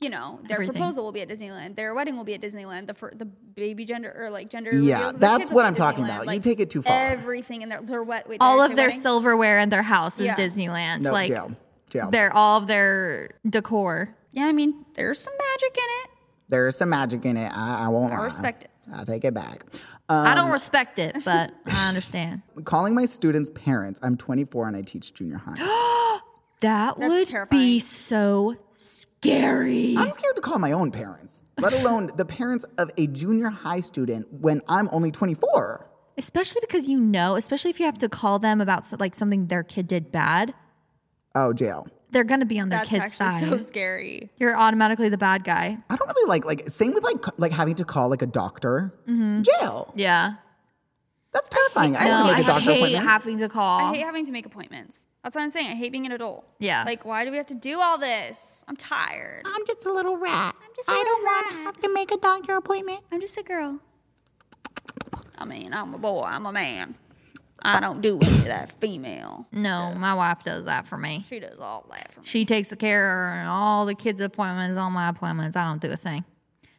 Speaker 3: you know, their
Speaker 4: Everything.
Speaker 3: proposal will be at Disneyland, their wedding will be at Disneyland, the fir- the baby gender or like gender.
Speaker 1: Yeah,
Speaker 3: reveals of the
Speaker 1: that's
Speaker 3: kids will
Speaker 1: what
Speaker 3: be at
Speaker 1: I'm talking about.
Speaker 3: Disneyland,
Speaker 1: You
Speaker 3: like,
Speaker 1: take it too far.
Speaker 3: Everything in their their wet. Wait, did
Speaker 4: all
Speaker 3: I
Speaker 4: of
Speaker 3: say
Speaker 4: their
Speaker 3: wedding?
Speaker 4: silverware in their house is
Speaker 3: Yeah.
Speaker 4: Disneyland.
Speaker 1: No,
Speaker 4: like
Speaker 1: jail. Jail.
Speaker 4: their all of their decor.
Speaker 3: Yeah, I mean, there's some magic in it.
Speaker 1: There is some magic in it. I, I won't
Speaker 3: I
Speaker 1: lie.
Speaker 3: respect it.
Speaker 1: I take it back. Um,
Speaker 4: I don't respect it,
Speaker 1: [laughs]
Speaker 4: but I understand.
Speaker 1: calling my students parents. I'm 24 and I teach junior
Speaker 4: [gasps]
Speaker 1: high.
Speaker 4: That would be
Speaker 3: terrifying.
Speaker 4: so scary.
Speaker 1: I'm scared to call my own parents, let alone the parents of a junior high student when I'm only 24.
Speaker 4: especially because you know, especially if you have to call them about so- like something their kid did bad,
Speaker 1: Oh, jail.
Speaker 4: they're gonna be on their
Speaker 3: That's
Speaker 4: kid's side.
Speaker 3: actually so scary.
Speaker 4: You're automatically the bad guy.
Speaker 1: I don't really like like same with like c- like having to call like a doctor. Jail.
Speaker 4: Yeah.
Speaker 1: That's terrifying. I
Speaker 4: Mm-hmm. No,
Speaker 1: want to
Speaker 4: I
Speaker 1: make a doctor
Speaker 4: hate
Speaker 1: appointment.
Speaker 4: having to
Speaker 3: I
Speaker 4: call.
Speaker 3: hate having to make appointments. That's what I'm saying. I hate being an adult.
Speaker 4: Yeah.
Speaker 3: Like, why do we have to do all this? I'm tired.
Speaker 1: I'm just a little rat.
Speaker 3: a
Speaker 1: I
Speaker 3: little
Speaker 1: don't want to
Speaker 3: rat.
Speaker 1: have to make a doctor appointment.
Speaker 3: I'm just a girl. I mean, I'm a boy. I'm a man. I don't do any of that female.
Speaker 5: No, my wife does that for me.
Speaker 3: She does all that for me.
Speaker 5: She takes care of all the kids' appointments, all my appointments. I don't do a thing.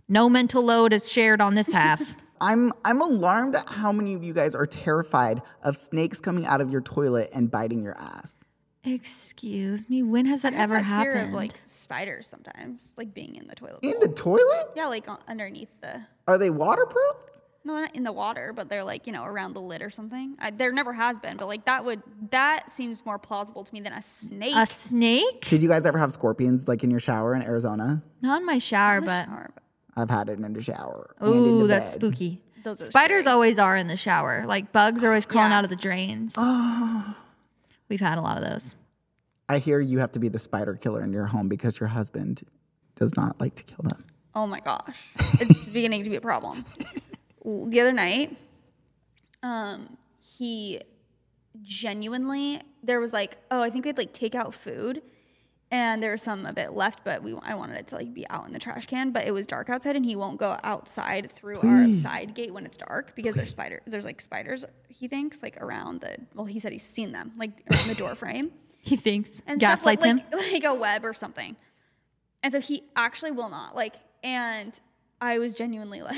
Speaker 5: No mental load is shared on this
Speaker 3: [laughs]
Speaker 5: half.
Speaker 1: I'm I'm alarmed at how many of you guys are terrified of snakes coming out of your toilet and biting your ass.
Speaker 4: Excuse me, when has that ever
Speaker 3: I fear
Speaker 4: happened?
Speaker 3: of like spiders sometimes, like being in the toilet.
Speaker 1: In
Speaker 3: bowl.
Speaker 1: the toilet?
Speaker 3: yeah, like on- underneath the.
Speaker 1: Are they waterproof?
Speaker 3: No, they're not in the water, but they're like you know around the lid or something. I, there never has been, but like that would that seems more plausible to me than a snake.
Speaker 4: a snake?
Speaker 1: Did you guys ever have scorpions like in your shower in Arizona?
Speaker 4: Not in my shower, but
Speaker 3: Or-
Speaker 1: I've had it in the shower. and in
Speaker 4: ooh,
Speaker 1: the
Speaker 4: that's
Speaker 1: bed.
Speaker 4: spooky.
Speaker 3: Those are
Speaker 4: Spiders always are in the shower. Like bugs are always crawling
Speaker 3: Yeah.
Speaker 4: out of the drains.
Speaker 1: Oh.
Speaker 4: We've had a lot of those.
Speaker 1: I hear you have to be the spider killer in your home because your husband does not like to kill them.
Speaker 3: Oh my gosh, it's [laughs] beginning to be a problem. The other night, um, he genuinely there was like, oh, I think we had like take out food, and there was some of it left, but we I wanted it to like be out in the trash can, but it was dark outside, and he won't go outside through our side gate when it's dark because there's spider there's like spiders he thinks like around the well he said he's seen them like around the door frame
Speaker 4: He thinks
Speaker 3: and stuff
Speaker 4: gaslights
Speaker 3: like,
Speaker 4: him.
Speaker 3: [laughs] like, like a web or something. And so he actually will not like. And I was genuinely [laughs] like,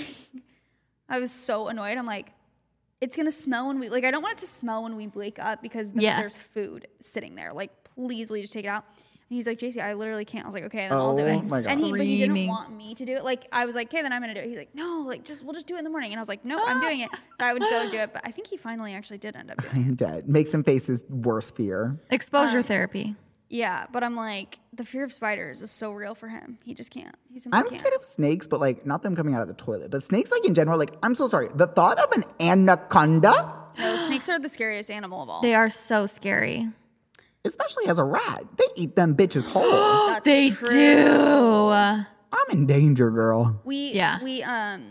Speaker 3: I was so annoyed. I'm like, it's gonna smell when we like. I don't want it to smell when we wake up because the-
Speaker 4: Yeah.
Speaker 3: there's food sitting there. Like, please, will you just take it out? And he's like, JC, I literally can't. I was like, okay, then I'll do
Speaker 1: Oh
Speaker 3: it.
Speaker 1: my God.
Speaker 3: And he, but he didn't
Speaker 4: Screaming.
Speaker 3: want me to do it. Like, I was like, okay, then I'm gonna do it. He's like, no, like just we'll just do it in the morning. And I was like, no, I'm
Speaker 4: [laughs]
Speaker 3: doing it. So I would go do it. But I think he finally actually did end up doing it.
Speaker 1: I'm dead. Make some faces worse fear.
Speaker 4: Exposure
Speaker 3: um,
Speaker 4: therapy.
Speaker 3: Yeah, but I'm like, the fear of spiders is so real for him. He just can't. He simply
Speaker 1: I'm
Speaker 3: can't.
Speaker 1: scared of snakes, but like not them coming out of the toilet. But snakes, like in general, like I'm so sorry. The thought of an anaconda,
Speaker 3: No, snakes are the scariest animal of all.
Speaker 4: They are so scary.
Speaker 1: especially as a rat, they eat them bitches
Speaker 3: [gasps]
Speaker 1: whole.
Speaker 3: [gasps] That's
Speaker 4: They
Speaker 3: true.
Speaker 4: do.
Speaker 1: I'm in danger, girl.
Speaker 3: We
Speaker 4: Yeah.
Speaker 3: we um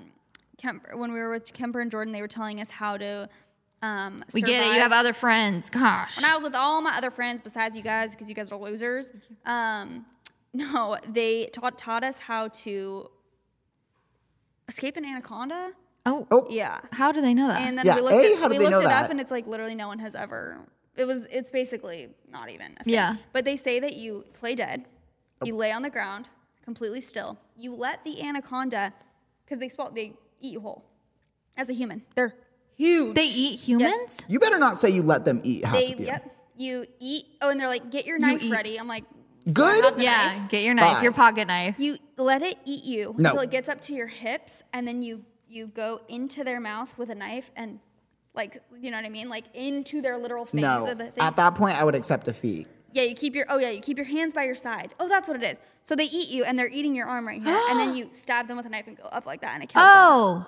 Speaker 3: Kemper when we were with Kemper and Jordan, they were telling us how to um
Speaker 4: We get it. You have other friends. Gosh.
Speaker 3: when I was with all my other friends besides you guys because you guys are losers. Um, no, they taught taught us how to escape an anaconda.
Speaker 4: oh,
Speaker 1: Oh,
Speaker 3: Yeah.
Speaker 4: how do they know that?
Speaker 3: And then
Speaker 1: Yeah,
Speaker 3: we looked,
Speaker 1: A,
Speaker 3: it,
Speaker 1: how do
Speaker 3: we
Speaker 1: they know
Speaker 3: looked it
Speaker 1: that?
Speaker 3: up, and it's like literally no one has ever. It was. It's basically not even. A thing.
Speaker 4: Yeah.
Speaker 3: But they say that you play dead,
Speaker 1: Oh.
Speaker 3: you lay on the ground completely still. You let the anaconda, because they swallow, they eat you whole. As a human, they're huge.
Speaker 4: they eat humans?
Speaker 1: you better not say you let them eat half
Speaker 3: They
Speaker 1: of you.
Speaker 3: yep. You eat. Oh, and they're like, get your knife ready. I'm like,
Speaker 1: Good.
Speaker 4: Yeah. Get your knife,
Speaker 1: Bye.
Speaker 4: your pocket knife.
Speaker 3: you let it eat you
Speaker 1: No.
Speaker 3: until it gets up to your hips, and then you you go into their mouth with a knife and. Like you know what I mean? Like into their literal face.
Speaker 1: No.
Speaker 3: of the thing.
Speaker 1: At that point, I would accept a fee.
Speaker 3: Yeah, you keep your oh yeah, you keep your hands by your side. Oh, that's what it is. So they eat you, and they're eating your arm right here, and
Speaker 4: [gasps]
Speaker 3: then you stab them with a knife and go up like that, and it kills
Speaker 4: Oh,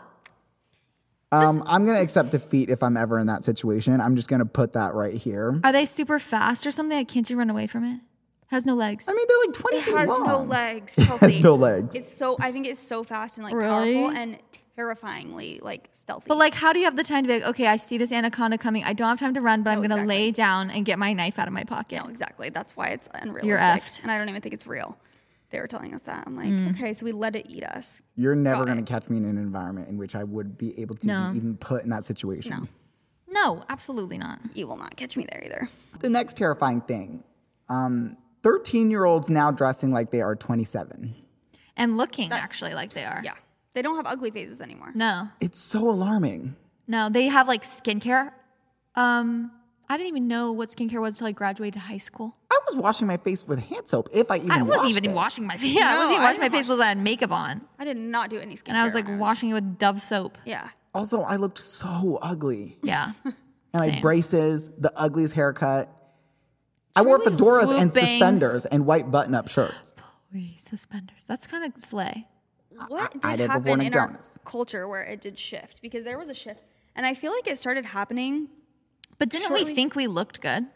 Speaker 1: Um, I'm gonna accept defeat if I'm ever in that situation. I'm just gonna put that right here.
Speaker 4: are they super fast or something? Like, can't you run away from it? Has no legs.
Speaker 1: I
Speaker 3: Um,
Speaker 1: mean, they're like 20
Speaker 3: them. It
Speaker 1: feet
Speaker 3: has
Speaker 1: long.
Speaker 3: no
Speaker 4: [laughs]
Speaker 3: legs. Chelsea.
Speaker 1: no legs.
Speaker 3: It's so I think it's so fast and like powerful
Speaker 4: Really?
Speaker 3: and terrifyingly like stealthy.
Speaker 4: But like, how do you have the time to be like, okay, I see this anaconda coming. I don't have time to run, but I'm gonna
Speaker 3: exactly.
Speaker 4: lay down and get my knife out of my pocket.
Speaker 3: exactly that's why it's unrealistic.
Speaker 4: effed. Mm.
Speaker 3: And I don't even think it's real. They were telling us that. I'm like, okay, so we let it eat us.
Speaker 1: You're never gonna catch me in an environment in which I would be able to be even put in that situation.
Speaker 4: No, absolutely not.
Speaker 3: You will not catch me there either.
Speaker 1: The next terrifying thing 13 year olds now dressing like they are 27.
Speaker 4: And looking actually like they are.
Speaker 3: Yeah, they don't have ugly faces anymore.
Speaker 4: No,
Speaker 1: It's so alarming.
Speaker 4: no, they have like skincare. Um, I didn't even know what skincare was until I graduated high school.
Speaker 1: I was washing my face with hand soap if I even
Speaker 4: I wasn't
Speaker 1: washed
Speaker 4: even
Speaker 1: it.
Speaker 4: washing my face. [laughs] Yeah, I
Speaker 3: No,
Speaker 4: wasn't even
Speaker 3: I
Speaker 4: washing my
Speaker 3: didn't
Speaker 4: face
Speaker 3: wash-
Speaker 4: unless I had makeup on,
Speaker 3: I did not do any skincare.
Speaker 4: and I was like
Speaker 3: when
Speaker 4: washing it with Dove soap.
Speaker 3: Yeah.
Speaker 1: Also, I looked so ugly.
Speaker 4: [laughs] Yeah,
Speaker 1: And like
Speaker 4: Same.
Speaker 1: braces, the ugliest haircut. I wore
Speaker 4: Truly
Speaker 1: fedoras
Speaker 4: swoop
Speaker 1: and
Speaker 4: bangs.
Speaker 1: suspenders and white button up shirts.
Speaker 4: Wee, suspenders. That's kind of slay.
Speaker 3: what did
Speaker 1: I did before
Speaker 3: happen
Speaker 1: Nick
Speaker 3: in our
Speaker 1: Jonas.
Speaker 3: culture where it did shift? Because there was a shift. And I feel like it started happening.
Speaker 4: But didn't we
Speaker 3: Shortly-
Speaker 4: think we looked good?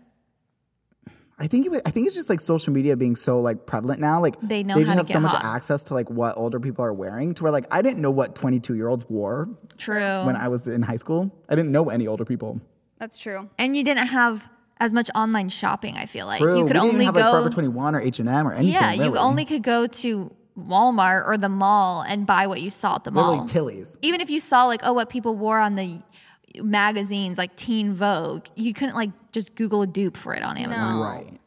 Speaker 1: I think it was, I think it's just like social media being so like prevalent now. Like
Speaker 4: They know
Speaker 1: they just
Speaker 4: how to
Speaker 1: have so
Speaker 4: get
Speaker 1: much
Speaker 4: hot.
Speaker 1: access to like what older people are wearing. To where like I didn't know what twenty two year olds wore
Speaker 4: True.
Speaker 1: when I was in high school. I didn't know any older people.
Speaker 3: That's true.
Speaker 4: and you didn't have as much online shopping, I feel like.
Speaker 1: True,
Speaker 4: You
Speaker 1: we
Speaker 4: could
Speaker 1: didn't
Speaker 4: only
Speaker 1: have
Speaker 4: go
Speaker 1: like Forever Twenty One or H and M or anything.
Speaker 4: Yeah, you
Speaker 1: really.
Speaker 4: only could go to Walmart or the mall and buy what you saw at the
Speaker 1: Literally
Speaker 4: mall.
Speaker 1: Tilly's.
Speaker 4: Even if you saw like oh what people wore on the magazines like Teen Vogue, you couldn't like just Google a dupe for it on Amazon.
Speaker 3: No.
Speaker 1: Right.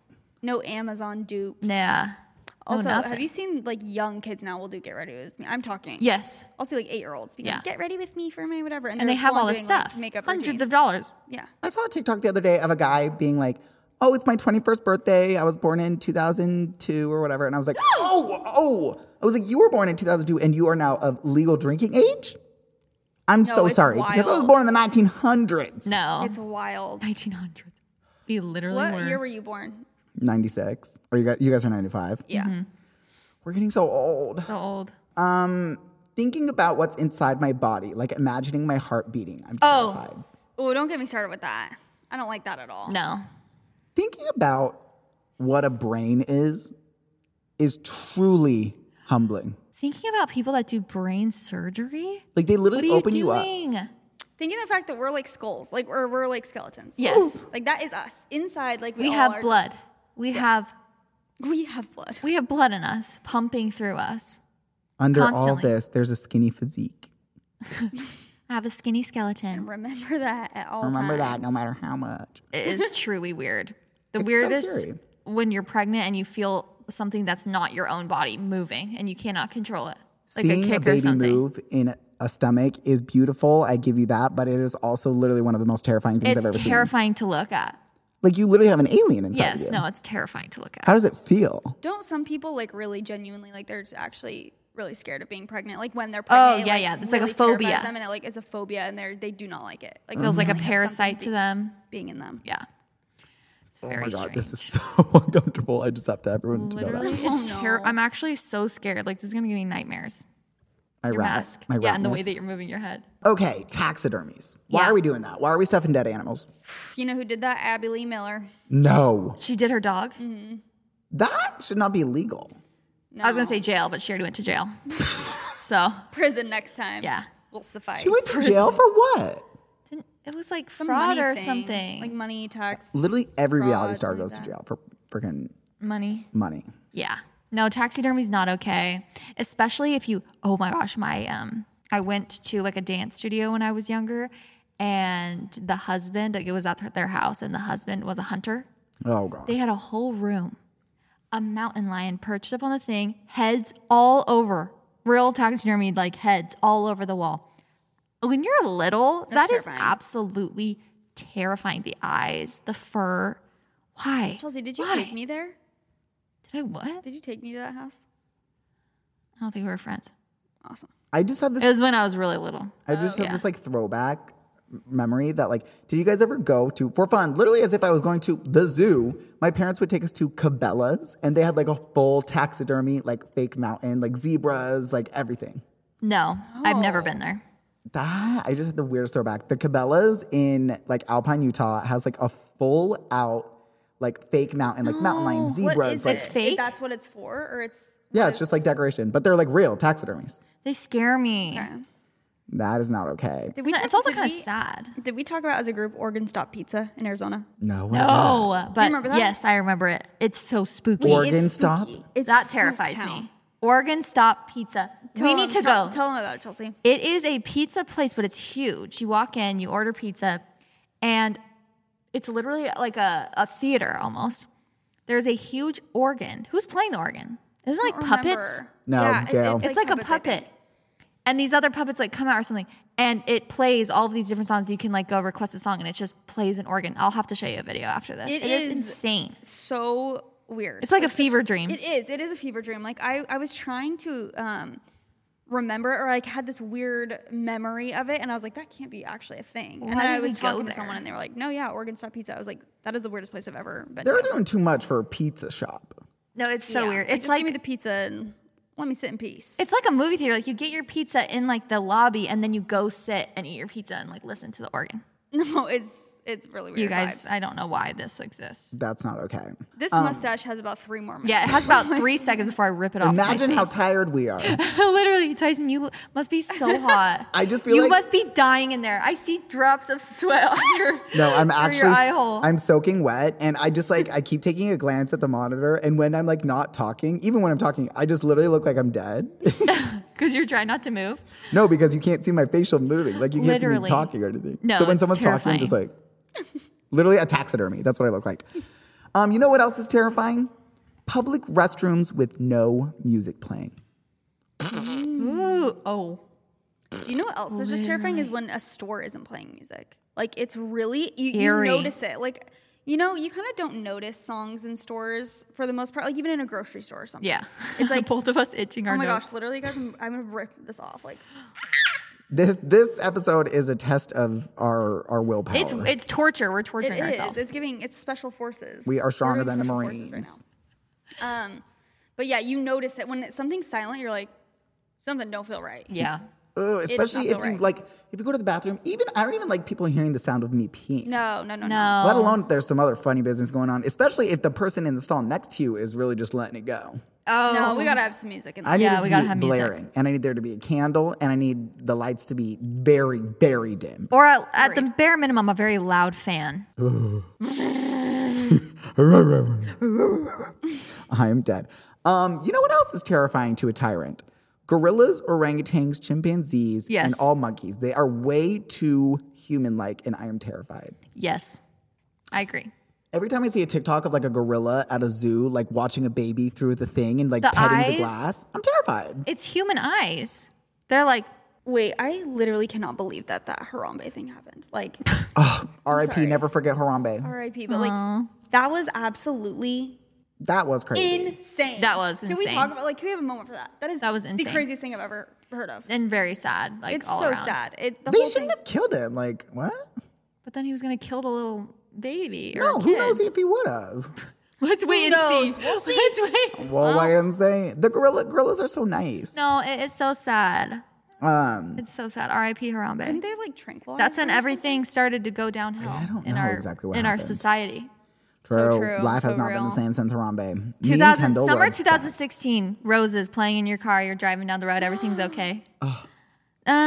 Speaker 3: No Amazon dupes.
Speaker 4: Yeah. No,
Speaker 3: Also,
Speaker 4: nothing.
Speaker 3: have you seen like young kids now will do get ready with me? I'm talking.
Speaker 4: Yes.
Speaker 3: I'll see like eight year olds.
Speaker 4: Yeah.
Speaker 3: Get ready with me for my whatever.
Speaker 4: And they
Speaker 3: they're
Speaker 4: have
Speaker 3: full
Speaker 4: all
Speaker 3: on
Speaker 4: this
Speaker 3: doing, like,
Speaker 4: stuff.
Speaker 3: makeup
Speaker 4: Hundreds of
Speaker 3: routines.
Speaker 4: dollars.
Speaker 3: Yeah.
Speaker 1: I saw a TikTok the other day of a guy being like, "Oh, it's my 21st birthday. I was born in 2002 or whatever," and I was like, "Oh, oh!" I was like, "You were born in 2002, and you are now of legal drinking age." I'm so
Speaker 3: it's
Speaker 1: sorry because I was
Speaker 3: wild.
Speaker 1: born in the 1900s.
Speaker 4: No.
Speaker 3: It's wild.
Speaker 4: 1900s. We literally
Speaker 3: What
Speaker 4: were.
Speaker 3: year were you born?
Speaker 1: 96. Or you guys, you guys are 95.
Speaker 3: Yeah.
Speaker 4: Mm-hmm.
Speaker 1: We're getting so old.
Speaker 4: so old.
Speaker 1: Thinking about what's inside my body, like imagining my heart beating. I'm
Speaker 4: Oh.
Speaker 1: terrified.
Speaker 3: Oh, don't get me started with that. I don't like that at all.
Speaker 4: No.
Speaker 1: Thinking about what a brain is is truly humbling.
Speaker 4: Thinking about people that do brain surgery?
Speaker 1: Like they
Speaker 4: What
Speaker 1: literally
Speaker 4: are you
Speaker 1: open you up.
Speaker 4: doing?
Speaker 3: Thinking of the fact that we're like skulls, like or we're like skeletons.
Speaker 4: Yes.
Speaker 3: Like that is us inside. Like we,
Speaker 4: We
Speaker 3: all
Speaker 4: have
Speaker 3: are
Speaker 4: blood. We have
Speaker 3: just- [laughs] we have blood.
Speaker 4: we have blood in us pumping through us.
Speaker 1: Under all
Speaker 4: Constantly.
Speaker 1: this, there's a skinny physique.
Speaker 4: I have a skinny skeleton.
Speaker 3: Remember that at all.
Speaker 1: Remember that
Speaker 3: times.
Speaker 1: no matter how much.
Speaker 3: [laughs]
Speaker 4: It is truly weird. The
Speaker 1: It's so
Speaker 4: weirdest
Speaker 1: scary.
Speaker 4: when you're pregnant and you feel something that's not your own body moving and you cannot control it. Like
Speaker 1: Seeing
Speaker 4: a kick
Speaker 1: baby
Speaker 4: or something.
Speaker 1: move in a- a stomach is beautiful. I give you that, but it is also literally one of the most terrifying things I've
Speaker 4: It's
Speaker 1: ever seen.
Speaker 4: terrifying to look at.
Speaker 1: Like you literally have an alien inside
Speaker 4: Yes,
Speaker 1: you.
Speaker 4: no, it's terrifying to look at.
Speaker 1: How does it feel?
Speaker 3: Don't some people like really genuinely like they're actually really scared of being pregnant? Like when they're
Speaker 4: Oh,
Speaker 3: pregnant. it,
Speaker 4: yeah, yeah. It's like a
Speaker 3: really terrifies
Speaker 4: phobia.
Speaker 3: Them and it like is a phobia, and they they do not like it. Like
Speaker 4: It feels like
Speaker 3: [laughs]
Speaker 4: a
Speaker 3: they have something
Speaker 4: parasite to them.
Speaker 3: being in them.
Speaker 4: Yeah. It's very
Speaker 1: Oh my god,
Speaker 4: strange.
Speaker 1: this is so [laughs] uncomfortable. I just have to have everyone to know that.
Speaker 4: Literally, it's terrible. I'm actually so scared. Like this is gonna give me nightmares.
Speaker 1: My
Speaker 4: Your
Speaker 1: rat-
Speaker 4: mask.
Speaker 1: My
Speaker 4: yeah, and the way
Speaker 1: ratness.
Speaker 4: that you're moving your head.
Speaker 1: Okay, taxidermies. Why
Speaker 4: Yeah.
Speaker 1: are we doing that? Why are we stuffing dead animals?
Speaker 3: You know who did that? Abby Lee Miller.
Speaker 1: No.
Speaker 4: She did her dog.
Speaker 1: That should not be legal.
Speaker 4: I was gonna say jail, but she already went to jail.
Speaker 1: [laughs]
Speaker 4: so
Speaker 3: Prison next time.
Speaker 4: Yeah.
Speaker 3: Will suffice.
Speaker 1: She went to jail for what?
Speaker 4: Didn't- it was like
Speaker 3: Some
Speaker 4: fraud
Speaker 3: money
Speaker 4: or
Speaker 3: thing,
Speaker 4: something.
Speaker 3: Like money tax.
Speaker 1: Literally every reality
Speaker 3: fraud,
Speaker 1: star
Speaker 3: something
Speaker 1: goes
Speaker 3: like
Speaker 1: to
Speaker 3: that.
Speaker 1: jail for freaking
Speaker 4: money.
Speaker 1: money.
Speaker 4: Yeah. No, taxidermy's not okay. Especially if you oh my gosh, my um I went to like a dance studio when I was younger and the husband, like it was at their house and the husband was a hunter.
Speaker 1: Oh god.
Speaker 4: They had a whole room. A mountain lion perched up on the thing, heads all over. Real taxidermy like heads all over the wall. When you're little, That's
Speaker 3: terrifying.
Speaker 4: absolutely terrifying. The eyes, the fur. Why?
Speaker 3: Chelsea, did you
Speaker 4: Why?
Speaker 3: take me there?
Speaker 4: Did I what?
Speaker 3: Did you take me to that house?
Speaker 4: I don't think we were friends.
Speaker 3: Awesome.
Speaker 1: I just had this
Speaker 4: It was when I was really little.
Speaker 1: I just have this like throwback m- memory that like, did you guys ever go to for fun? Literally, as if I was going to the zoo. My parents would take us to Cabela's, and they had like a full taxidermy, like fake mountain, like zebras, like everything.
Speaker 4: No, I've
Speaker 3: Oh.
Speaker 4: never been there.
Speaker 1: That I just had the weirdest throwback. The Cabela's in like Alpine, Utah, has like a full out like fake mountain, like mountain lion
Speaker 3: What
Speaker 1: zebras.
Speaker 3: is
Speaker 1: Like,
Speaker 3: it? Is
Speaker 4: fake?
Speaker 3: That's what it's for, or it's
Speaker 1: yeah, it's just like decoration, but they're like real taxidermies.
Speaker 4: They scare me.
Speaker 1: That is not okay.
Speaker 3: did
Speaker 4: No,
Speaker 3: talk-
Speaker 4: it's also
Speaker 3: did
Speaker 4: kind of
Speaker 3: we-
Speaker 4: sad.
Speaker 3: Did we talk about as a group Oregon Stop Pizza in Arizona?
Speaker 1: No, what is that?
Speaker 4: Oh, but
Speaker 3: remember that?
Speaker 4: yes, I remember it. It's so spooky.
Speaker 1: Oregon stop.
Speaker 3: It's
Speaker 4: that
Speaker 3: Spook
Speaker 4: terrifies
Speaker 3: Town.
Speaker 4: me. Oregon Stop Pizza. we
Speaker 3: Tell
Speaker 4: need
Speaker 3: them-
Speaker 4: to
Speaker 3: tell-
Speaker 4: go.
Speaker 3: Tell them about it, Chelsea.
Speaker 4: It is a pizza place, but it's huge. You walk in, you order pizza, and it's literally like a, a theater almost. There's a huge organ. Who's playing the organ? Isn't it like puppets?
Speaker 3: Remember.
Speaker 1: No,
Speaker 3: Yeah, it-
Speaker 1: jail.
Speaker 4: It's like, a
Speaker 3: puppets, I think.
Speaker 4: puppet. And these other puppets like come out or something. And it plays all of these different songs. You can like go request a song and it just plays an organ. I'll have to show you a video after this.
Speaker 3: It
Speaker 4: it is,
Speaker 3: is-
Speaker 4: insane.
Speaker 3: So weird.
Speaker 4: It's like a fever dream.
Speaker 3: It is. It is a fever dream. Like I, I was trying to um, remember it, or like had this weird memory of it, and I was like, that can't be actually a thing. and
Speaker 4: Why
Speaker 3: then I
Speaker 4: did we
Speaker 3: was
Speaker 4: go
Speaker 3: talking to
Speaker 4: there?
Speaker 3: someone, and they were like, no, yeah, Oregon Stop Pizza. I was like, that is the weirdest place I've ever been.
Speaker 1: They're
Speaker 3: to.
Speaker 1: doing too much for a pizza shop.
Speaker 4: no, it's so
Speaker 3: Yeah.
Speaker 4: weird.
Speaker 3: Like,
Speaker 4: It's
Speaker 3: just
Speaker 4: like
Speaker 3: give me the pizza and Let me sit in peace.
Speaker 6: It's like a movie theater. Like you get your pizza in like the lobby, and then you go sit and eat your pizza and like listen to the organ.
Speaker 3: [laughs] no, it's it's really weird.
Speaker 4: You guys,
Speaker 3: vibes.
Speaker 4: I don't know why this exists.
Speaker 1: That's not okay.
Speaker 3: this mustache has about three more minutes.
Speaker 4: Um, Yeah, it
Speaker 3: [laughs]
Speaker 4: has about three seconds before I rip
Speaker 6: Oh,
Speaker 4: it off. my
Speaker 1: Imagine how
Speaker 4: face.
Speaker 1: tired we are.
Speaker 6: [laughs] Literally, Tyson, you must be so
Speaker 3: [laughs]
Speaker 6: hot.
Speaker 1: I
Speaker 6: [laughs]
Speaker 1: just feel
Speaker 6: you
Speaker 1: like-
Speaker 6: must be dying in there. I see drops of sweat on your
Speaker 1: [laughs] No,
Speaker 6: [laughs]
Speaker 1: I'm
Speaker 6: through
Speaker 1: actually
Speaker 6: your eye hole.
Speaker 1: I'm soaking wet and I just like I keep taking a glance at the monitor and when I'm like not talking, even when I'm talking, I just literally look like I'm dead. [laughs]
Speaker 6: because you're trying not to move.
Speaker 1: no, because you can't see my facial moving. Like you can't see me
Speaker 6: Literally.
Speaker 1: talking or anything.
Speaker 4: No,
Speaker 1: so when
Speaker 4: it's
Speaker 1: someone's talking, I'm just like literally a taxidermy. That's what I look like. Um, you know what else is terrifying? Public restrooms with no music playing.
Speaker 6: Ooh, oh.
Speaker 3: You know what else is just terrifying is when a store isn't playing music. Like it's really you, you
Speaker 4: Eerie.
Speaker 3: notice it. Like you know, you kind of don't notice songs in stores for the most part. Like even in a grocery store or something.
Speaker 4: Yeah.
Speaker 3: [laughs] It's
Speaker 4: [laughs]
Speaker 6: [laughs]
Speaker 3: like
Speaker 6: Both of us itching our
Speaker 3: oh my
Speaker 6: nose.
Speaker 3: gosh, literally, guys, I'm, I'm gonna rip this off. Like
Speaker 1: This this episode is a test of our our willpower.
Speaker 4: It's it's torture. We're torturing
Speaker 3: it is.
Speaker 4: ourselves.
Speaker 3: It's giving. It's special forces.
Speaker 1: we are stronger
Speaker 3: doing
Speaker 1: than the
Speaker 3: special forces
Speaker 1: Marines.
Speaker 3: Right now. Um, but yeah, you notice it when it's, something's silent. You're like, something don't feel right.
Speaker 4: yeah.
Speaker 1: Ugh, especially
Speaker 3: feel
Speaker 1: if you
Speaker 3: right.
Speaker 1: like if you go to the bathroom, even I don't even like people hearing the sound of me peeing.
Speaker 3: No, no, no, no.
Speaker 4: No.
Speaker 1: Let alone if there's some other funny business going on, especially if the person in the stall next to you is really just letting it go.
Speaker 4: Oh.
Speaker 3: No, we gotta have some music in there.
Speaker 1: I need
Speaker 4: Yeah,
Speaker 1: it to
Speaker 4: we gotta
Speaker 1: be
Speaker 4: have music.
Speaker 1: blaring, and I need there to be a candle, and I need the lights to be very, very dim.
Speaker 4: Or at, at the bare minimum, a very loud fan.
Speaker 1: I am dead. Um, you know what else is terrifying to a tyrant? Gorillas, orangutans, chimpanzees, and
Speaker 4: Yes.
Speaker 1: all monkeys. They are way too human-like, and I am terrified.
Speaker 4: Yes, I agree.
Speaker 1: Every time I see a TikTok of like a gorilla at a zoo, like watching a baby through the thing and like
Speaker 4: The
Speaker 1: petting the
Speaker 4: eyes?
Speaker 1: glass, I'm terrified.
Speaker 4: It's human eyes. They're like,
Speaker 3: Wait, I literally cannot believe that that Harambe thing happened.
Speaker 4: [laughs]
Speaker 3: Like,
Speaker 1: R.I.P. Never forget Harambe.
Speaker 3: R.I.P. But like, that was absolutely
Speaker 1: That was crazy.
Speaker 3: insane.
Speaker 4: That was
Speaker 3: Can we talk
Speaker 4: insane.
Speaker 3: about like? Can we have a moment for that? That is
Speaker 4: That was
Speaker 3: The
Speaker 4: insane.
Speaker 3: craziest thing I've ever heard of.
Speaker 4: and very sad. Like
Speaker 3: It's
Speaker 4: all
Speaker 3: so
Speaker 4: around.
Speaker 3: sad. It, the
Speaker 1: they
Speaker 3: whole
Speaker 1: shouldn't
Speaker 3: thing,
Speaker 1: have killed him. Like what?
Speaker 4: But then he was gonna kill the little baby. Or
Speaker 1: No,
Speaker 4: kid.
Speaker 1: who knows if he would have?
Speaker 6: Let's wait and
Speaker 3: knows?
Speaker 6: see. Let's wait.
Speaker 1: Well, why didn't they? The gorilla gorillas are so nice.
Speaker 4: No, it is so sad.
Speaker 1: Um,
Speaker 4: It's so sad. R.I.P.
Speaker 3: Didn't
Speaker 4: Harambe.
Speaker 3: they like tranquilize?
Speaker 4: That's when
Speaker 3: her?
Speaker 4: everything started to go downhill
Speaker 1: don't
Speaker 4: in
Speaker 1: know
Speaker 4: our
Speaker 1: exactly what
Speaker 4: in our
Speaker 1: happened.
Speaker 4: society.
Speaker 1: true.
Speaker 3: true,
Speaker 1: Life has
Speaker 3: so
Speaker 1: not been the
Speaker 3: real.
Speaker 1: same since Harambe.
Speaker 4: 2000 summer
Speaker 1: two thousand.
Speaker 4: 2016. Roses playing in your car. You're driving down the road.
Speaker 1: [gasps]
Speaker 4: Everything's okay. Da,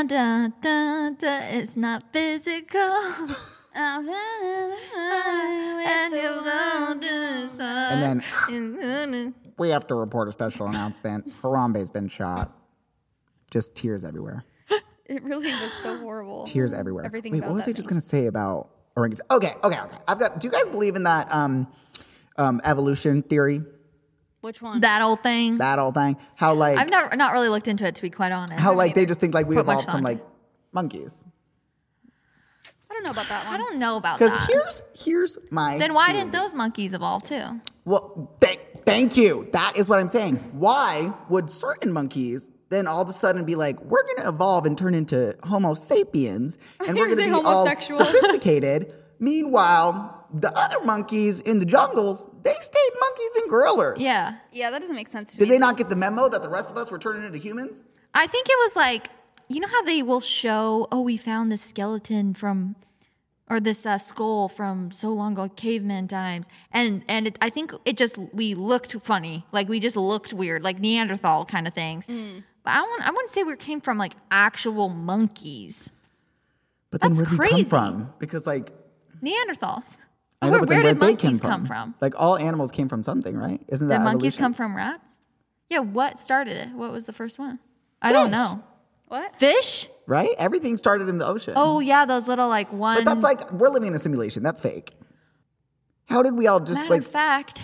Speaker 4: da, da, da, it's not physical.
Speaker 1: [laughs]
Speaker 4: I'm and you love this.
Speaker 1: And then
Speaker 4: then
Speaker 1: we have to report a special announcement. Harambe's been shot. Just tears everywhere.
Speaker 3: It really was
Speaker 4: [laughs]
Speaker 3: so horrible.
Speaker 1: tears everywhere.
Speaker 3: Everything
Speaker 1: Wait,
Speaker 3: about
Speaker 1: what was
Speaker 3: that
Speaker 1: I just gonna say about orangutan? Okay, okay, okay. I've got. Do you guys believe in that um, um, evolution theory?
Speaker 3: Which one?
Speaker 4: that old thing.
Speaker 1: That old thing? How like
Speaker 4: I've never not really looked into it to be quite honest.
Speaker 1: how like they just think like we
Speaker 4: Put much
Speaker 1: evolved from
Speaker 4: thought
Speaker 1: like
Speaker 4: into
Speaker 1: monkeys?
Speaker 3: I don't know about that one.
Speaker 4: I don't know about
Speaker 1: Because
Speaker 4: that.
Speaker 1: here's here's my
Speaker 4: Ah. Then why didn't those monkeys evolve too?
Speaker 1: well. Thank thank you. That is what I'm saying. Why would certain monkeys? Then all of a sudden, be like, we're gonna evolve and turn into Homo
Speaker 4: [laughs]
Speaker 1: sapiens, and we're
Speaker 3: You
Speaker 1: gonna be
Speaker 3: say
Speaker 1: all
Speaker 3: homosexual.
Speaker 1: sophisticated. Meanwhile, the other monkeys in the jungles, they stayed monkeys and gorillas.
Speaker 4: Yeah.
Speaker 3: Yeah, that doesn't make sense to
Speaker 1: Did
Speaker 3: me.
Speaker 1: they not get the memo that the rest of us were turning into humans?
Speaker 4: I think it was like, you know how they will show, oh, we found this skeleton from, or this uh, skull from so long ago, caveman times, and and it, I think it just we looked funny, like we just looked weird, like Neanderthal kind of things.
Speaker 3: Mm.
Speaker 4: But I won't, I wouldn't say we came from like actual monkeys,
Speaker 1: But
Speaker 4: That's
Speaker 1: where'd we
Speaker 4: crazy.
Speaker 1: come from? Because like,
Speaker 4: Neanderthals.
Speaker 1: I know, but then
Speaker 4: where where did
Speaker 1: where'd they
Speaker 4: monkeys come from?
Speaker 1: Like all animals came from something, right? Isn't that
Speaker 4: Did monkeys
Speaker 1: evolution?
Speaker 4: come from rats? Yeah. What started it? What was the first one? I don't
Speaker 1: Fish.
Speaker 4: know.
Speaker 3: What?
Speaker 4: Fish?
Speaker 1: right? Everything started in the ocean.
Speaker 4: Oh yeah, those little like one.
Speaker 1: but that's like we're living in a simulation. That's fake. How did we all just
Speaker 4: matter
Speaker 1: like?
Speaker 4: of fact.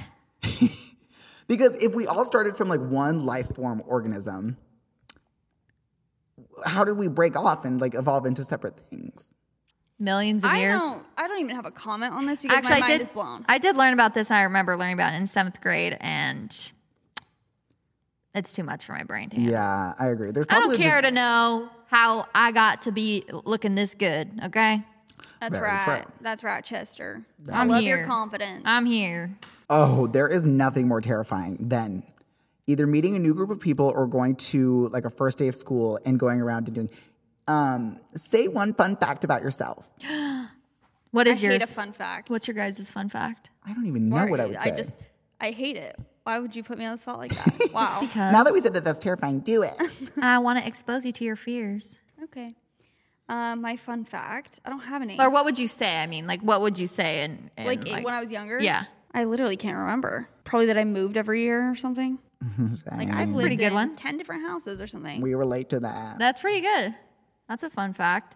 Speaker 1: because if we all started from like one life form organism, how did we break off and like evolve into separate things?
Speaker 4: millions of
Speaker 3: I
Speaker 4: years.
Speaker 3: don't. I don't even have a comment on this because
Speaker 4: Actually,
Speaker 3: my
Speaker 4: I
Speaker 3: mind
Speaker 4: did.
Speaker 3: is blown.
Speaker 4: I did learn about this. And I remember learning about it in seventh grade, and it's too much for my brain to handle.
Speaker 1: Yeah, I agree. There's
Speaker 4: I
Speaker 1: probably
Speaker 4: don't
Speaker 1: the-
Speaker 4: care to know how I got to be looking this good. Okay,
Speaker 3: That's
Speaker 1: Very
Speaker 3: right.
Speaker 1: true.
Speaker 3: That's right, Chester. I
Speaker 4: I'm
Speaker 3: love
Speaker 4: here.
Speaker 3: your confidence.
Speaker 4: I'm here.
Speaker 1: Oh, there is nothing more terrifying than either meeting a new group of people or going to like a first day of school and going around and doing, um, say one fun fact about yourself.
Speaker 6: What
Speaker 3: I
Speaker 6: is yours?
Speaker 3: hate a fun fact.
Speaker 6: What's your guys' fun
Speaker 3: [laughs]
Speaker 6: fact?
Speaker 1: I don't even know
Speaker 3: Or
Speaker 1: what I would say.
Speaker 3: I just, I hate it. Why would you put me on the spot like
Speaker 6: [laughs]
Speaker 3: that? Wow.
Speaker 6: Because
Speaker 4: [laughs]
Speaker 1: now that we said that that's terrifying, do it.
Speaker 4: I want to expose you to your fears.
Speaker 3: Okay. Uh, my fun fact. I don't have any.
Speaker 4: Or what would you say? I mean, like, what would you say? And, and
Speaker 3: like, when I was younger.
Speaker 4: yeah,
Speaker 3: I literally can't remember. Probably that I moved every year
Speaker 6: [laughs]
Speaker 3: or something. Like I've lived
Speaker 4: pretty good
Speaker 3: in
Speaker 4: one.
Speaker 3: ten different houses or something.
Speaker 1: we relate to that.
Speaker 4: that's pretty good. That's a fun fact.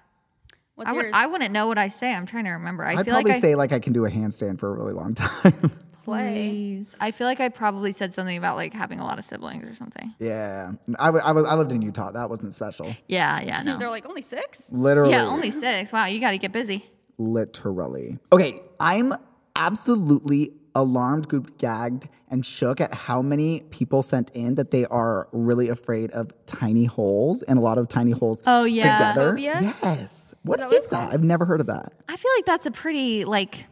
Speaker 3: What's
Speaker 4: I would,
Speaker 3: yours?
Speaker 4: I wouldn't know what I say. I'm trying to remember. I
Speaker 1: I'd
Speaker 4: feel
Speaker 1: probably
Speaker 4: like I,
Speaker 1: say like I can do a handstand for a really long [laughs] time.
Speaker 3: Slay.
Speaker 4: Please. I feel like I probably said something about like having a lot of siblings or something.
Speaker 1: yeah, I wa- I was I lived in Utah. That wasn't special. [laughs]
Speaker 4: Yeah, yeah, no.
Speaker 3: They're like only six.
Speaker 1: Literally,
Speaker 4: yeah, only six. Wow, you got to get busy.
Speaker 1: literally. Okay, I'm absolutely alarmed, gooped, gagged, and shook at how many people sent in that they are really afraid of tiny holes and a lot of tiny holes
Speaker 6: Oh, yeah.
Speaker 1: together.
Speaker 3: Phobia?
Speaker 1: Yes. What
Speaker 3: that
Speaker 1: is
Speaker 3: what it's
Speaker 1: that? I've never heard of that.
Speaker 4: I feel like that's a pretty like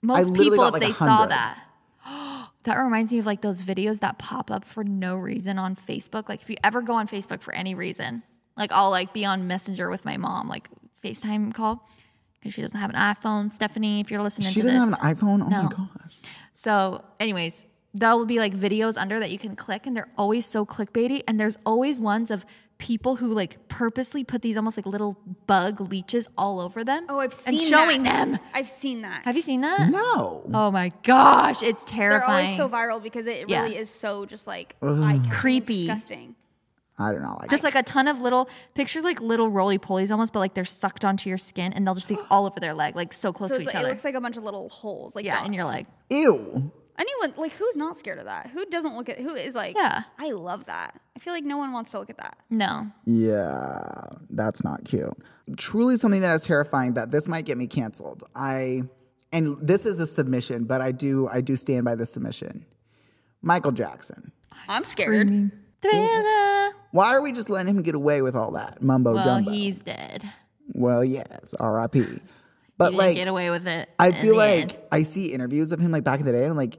Speaker 4: most
Speaker 1: literally
Speaker 4: people
Speaker 1: got,
Speaker 4: if
Speaker 1: like,
Speaker 4: they
Speaker 1: 100.
Speaker 4: saw that.
Speaker 6: [gasps] That reminds me of like those videos that pop up for no reason on Facebook. Like if you ever go on Facebook for any reason, like I'll like be on Messenger with my mom, like FaceTime call, because she doesn't have an iPhone. Stephanie, if you're listening
Speaker 1: She
Speaker 6: to
Speaker 1: doesn't
Speaker 6: this,
Speaker 1: have an iPhone. Oh my gosh.
Speaker 6: so anyways, there'll be like videos under that you can click, and they're always so clickbaity. And there's always ones of people who like purposely put these almost like little bug leeches all over them.
Speaker 3: Oh, I've seen
Speaker 6: and showing
Speaker 3: that.
Speaker 6: them.
Speaker 3: I've seen that.
Speaker 6: Have you seen that?
Speaker 1: Mm-hmm. No.
Speaker 6: Oh my gosh, it's
Speaker 3: They're
Speaker 6: terrifying.
Speaker 3: always so viral because it
Speaker 6: Yeah.
Speaker 3: really is so just like eye-catching,
Speaker 6: Creepy.
Speaker 3: disgusting.
Speaker 1: I do not like
Speaker 6: Just like a ton of little picture, like little roly polies almost, but like they're sucked onto your skin and they'll just
Speaker 3: [gasps]
Speaker 6: be all over their leg, like so close
Speaker 3: So
Speaker 6: to
Speaker 3: it's
Speaker 6: each
Speaker 3: like, it
Speaker 6: other.
Speaker 3: looks like a bunch of little holes. Like
Speaker 6: yeah,
Speaker 3: dots.
Speaker 6: and you're like,
Speaker 1: Ew.
Speaker 3: anyone like who's not scared of that? Who doesn't look at who is like?
Speaker 6: Yeah.
Speaker 3: I love that. I feel like no one wants to look at that.
Speaker 6: no,
Speaker 1: Yeah, that's not cute. Truly something that is terrifying that this might get me canceled. I and this is a submission, but I do I do stand by this submission. Michael Jackson.
Speaker 3: I'm scared.
Speaker 6: Thriller.
Speaker 1: Why are we just letting him get away with all that mumbo
Speaker 4: Well,
Speaker 1: jumbo?
Speaker 4: he's dead.
Speaker 1: well, yes, R.I.P. But
Speaker 4: Didn't
Speaker 1: like,
Speaker 4: get away with it.
Speaker 1: I
Speaker 4: in
Speaker 1: feel
Speaker 4: the
Speaker 1: like
Speaker 4: end.
Speaker 1: I see interviews of him like back in the day, and I'm like,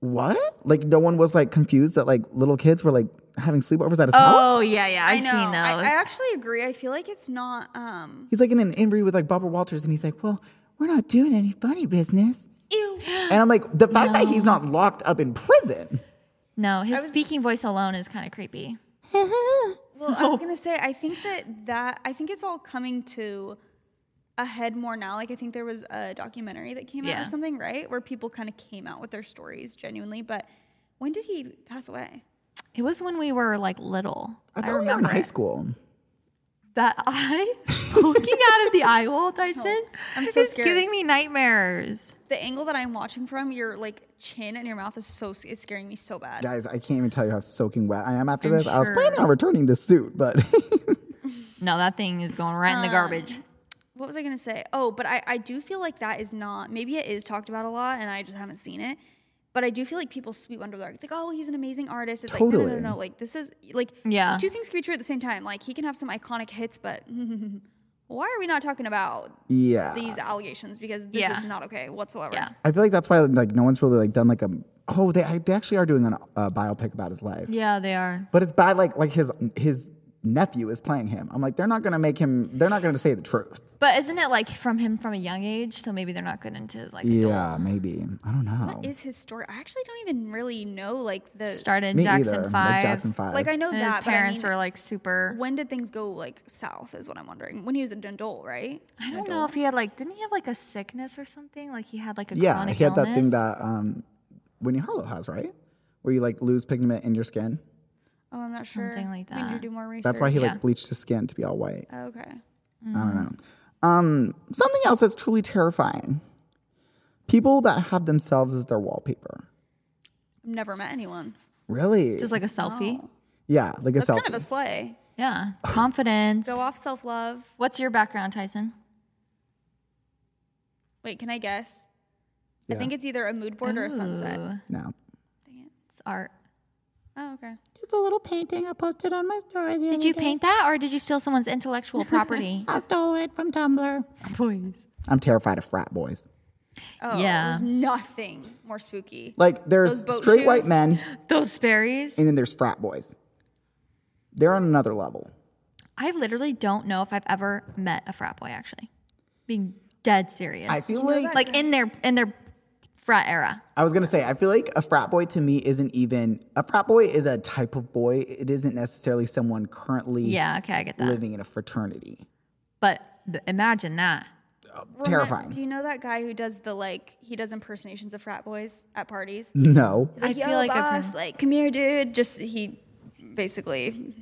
Speaker 1: what? Like no one was like confused that like little kids were like having sleepovers at his
Speaker 4: Oh
Speaker 1: house.
Speaker 4: yeah, yeah. I've
Speaker 3: I know.
Speaker 4: seen those.
Speaker 3: I, I actually agree. I feel like it's not. Um,
Speaker 1: He's like in an interview with like Barbara Walters, and he's like, well, we're not doing any funny business.
Speaker 3: ew.
Speaker 1: And I'm like, the fact that he's not locked up in prison.
Speaker 6: No, his speaking voice alone is kind of creepy.
Speaker 3: Well, I was gonna say, I think that that I think it's all coming to a head more now. Like I think there was a documentary that came out
Speaker 4: Yeah.
Speaker 3: or something, right, where people kind of came out with their stories genuinely. But when did he pass away?
Speaker 6: It was when we were like little.
Speaker 1: I
Speaker 6: I,
Speaker 1: thought we were in
Speaker 6: remember
Speaker 1: high
Speaker 6: it.
Speaker 1: school.
Speaker 6: that [laughs] eye poking out of the eye hole, Dyson.
Speaker 3: I'm so
Speaker 6: it's
Speaker 3: scared.
Speaker 6: giving me nightmares.
Speaker 3: the angle that I'm watching from your like chin and your mouth is so is scaring me so bad.
Speaker 1: Guys, I can't even tell you how soaking wet I am after
Speaker 4: I'm
Speaker 1: this. I was
Speaker 4: sure.
Speaker 1: planning on returning this suit, but [laughs]
Speaker 4: no, that thing is going right in the garbage.
Speaker 3: What was I gonna say? Oh, but I I do feel like that is not maybe it is talked about a lot and I just haven't seen it. But I do feel like people sweep under the rug. It's like, oh, he's an amazing artist. It's like, no, no, no,
Speaker 1: Totally.
Speaker 3: no, no. Like this is like,
Speaker 4: Yeah.
Speaker 3: two things can be true at the same time. Like he can have some iconic hits, but [laughs] why are we not talking about
Speaker 1: yeah.
Speaker 3: these
Speaker 6: Ah.
Speaker 3: allegations? Because this
Speaker 4: Yeah.
Speaker 3: is not okay whatsoever.
Speaker 4: Yeah.
Speaker 1: I feel like that's why like no one's really like done like a oh they I, they actually are doing an, a biopic about his life,
Speaker 6: Yeah, they are.
Speaker 1: but it's bad like like his his nephew is playing him. I'm like they're not gonna make him. They're not gonna say the truth.
Speaker 6: But isn't it like from him from a young age? So maybe they're not good into his like adult-
Speaker 1: Yeah, maybe I don't know.
Speaker 3: Is his story? I actually don't even really know like the
Speaker 6: started
Speaker 1: Me
Speaker 6: Jackson
Speaker 1: either.
Speaker 6: Five.
Speaker 1: Like Jackson Five.
Speaker 3: like I know
Speaker 6: And
Speaker 3: that
Speaker 6: his
Speaker 3: but I
Speaker 6: parents
Speaker 3: mean,
Speaker 6: were like super.
Speaker 3: when did things go like south? Is what I'm wondering. When he was an adult, right?
Speaker 6: I don't know if he had like didn't he have like a sickness or something? Like he had like a
Speaker 1: yeah,
Speaker 6: chronic
Speaker 1: he had that thing
Speaker 6: illness?
Speaker 1: that um, Winnie Harlow has, right? Where you like lose pigment in your skin.
Speaker 3: Oh, I'm not sure.
Speaker 6: Something like
Speaker 3: We need to
Speaker 6: that.
Speaker 3: do more research.
Speaker 1: That's why he like bleached his skin to be all white.
Speaker 3: Okay.
Speaker 1: I don't know. Um, something else that's truly terrifying. People that have themselves as their wallpaper.
Speaker 3: I've never met anyone.
Speaker 1: Really?
Speaker 6: just like a selfie.
Speaker 1: yeah, like a
Speaker 3: That's
Speaker 1: selfie.
Speaker 3: kind of a slay.
Speaker 6: Yeah, confidence.
Speaker 3: Go off self love.
Speaker 6: What's your background, Tyson?
Speaker 3: Wait, can I guess?
Speaker 1: Yeah.
Speaker 3: I think it's either a mood board or a sunset.
Speaker 6: Ooh,
Speaker 1: no.
Speaker 6: It's art.
Speaker 3: Oh, okay.
Speaker 1: Just a little painting I posted on my story.
Speaker 4: Did you paint that, or did you steal someone's intellectual property? [laughs]
Speaker 1: I stole it from Tumblr.
Speaker 6: Please.
Speaker 1: I'm terrified of frat boys.
Speaker 3: Oh,
Speaker 4: Yeah.
Speaker 3: there's nothing more spooky.
Speaker 1: Like there's
Speaker 3: Those boat
Speaker 1: straight white
Speaker 3: shoes?
Speaker 1: men,
Speaker 4: Those Sperry's.
Speaker 1: and then there's frat boys. They're on another level.
Speaker 4: I literally don't know if I've ever met a frat boy actually. Being dead serious.
Speaker 1: I feel like
Speaker 4: like in their in their frat era.
Speaker 1: I was gonna say, I feel like a frat boy to me isn't even a frat boy is a type of boy. It isn't necessarily someone currently
Speaker 4: Yeah, okay, I get that.
Speaker 1: living in a fraternity.
Speaker 4: But th- imagine that.
Speaker 3: Remi-
Speaker 1: Terrifying.
Speaker 3: Do you know that guy who does the like? He does impersonations of frat boys at parties.
Speaker 1: No.
Speaker 3: Like,
Speaker 4: feel
Speaker 3: yo,
Speaker 4: like I've heard-
Speaker 3: boss, like come here, dude. Just he, basically,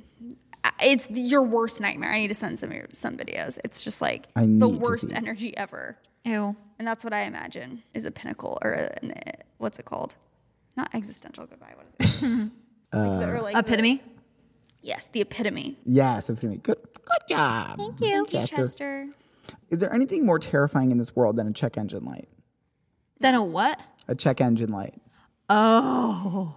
Speaker 3: I- it's your worst nightmare. I need to send some some videos. It's just like
Speaker 1: I
Speaker 3: the
Speaker 1: need to
Speaker 3: worst
Speaker 1: see.
Speaker 3: energy ever,
Speaker 4: Ew.
Speaker 3: and that's what I imagine is a pinnacle or an, eh, what's it called? Not existential goodbye. What is it?
Speaker 4: [laughs]
Speaker 3: Like the- or like the-
Speaker 4: Epitome.
Speaker 3: yes, the epitome.
Speaker 1: Yes, if you make good good job. Thank you.
Speaker 3: Thank you, Chester.
Speaker 1: Is there anything more terrifying in this world than a check engine light?
Speaker 4: Then a what?
Speaker 1: A check engine light.
Speaker 4: Oh.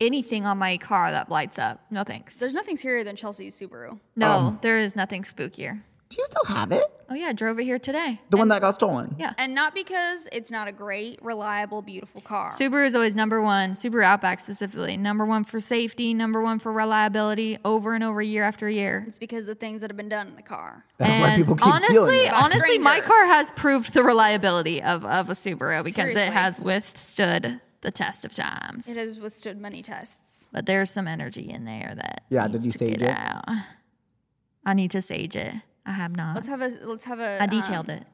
Speaker 4: Anything on my car that lights up. No
Speaker 1: Um,
Speaker 4: thanks.
Speaker 3: There's nothing scarier than Chelsea's Subaru.
Speaker 4: No, there is nothing spookier.
Speaker 1: Do you still have it?
Speaker 4: Oh yeah, I drove it here today.
Speaker 1: The one that got stolen.
Speaker 4: Yeah.
Speaker 3: And not because it's not a great, reliable, beautiful car.
Speaker 4: Subaru is always number one. Subaru Outback specifically, number one for safety, number one for reliability, over and over, year after year.
Speaker 3: it's because the things that have been done in the car.
Speaker 1: That's why
Speaker 4: And
Speaker 1: people keep
Speaker 4: honestly, uh,
Speaker 1: stealing it.
Speaker 3: By
Speaker 4: honestly, my
Speaker 3: strangers.
Speaker 4: car has proved the reliability of, of a Subaru because
Speaker 3: Seriously.
Speaker 4: it has withstood the test of times.
Speaker 3: It has withstood many tests.
Speaker 4: But there's some energy in there that
Speaker 1: Yeah,
Speaker 4: needs
Speaker 1: did you
Speaker 4: to
Speaker 1: sage
Speaker 4: get
Speaker 1: it?
Speaker 4: out. I need to sage it. I have not.
Speaker 3: Let's have a let's have a
Speaker 4: I detailed
Speaker 3: um,
Speaker 4: it.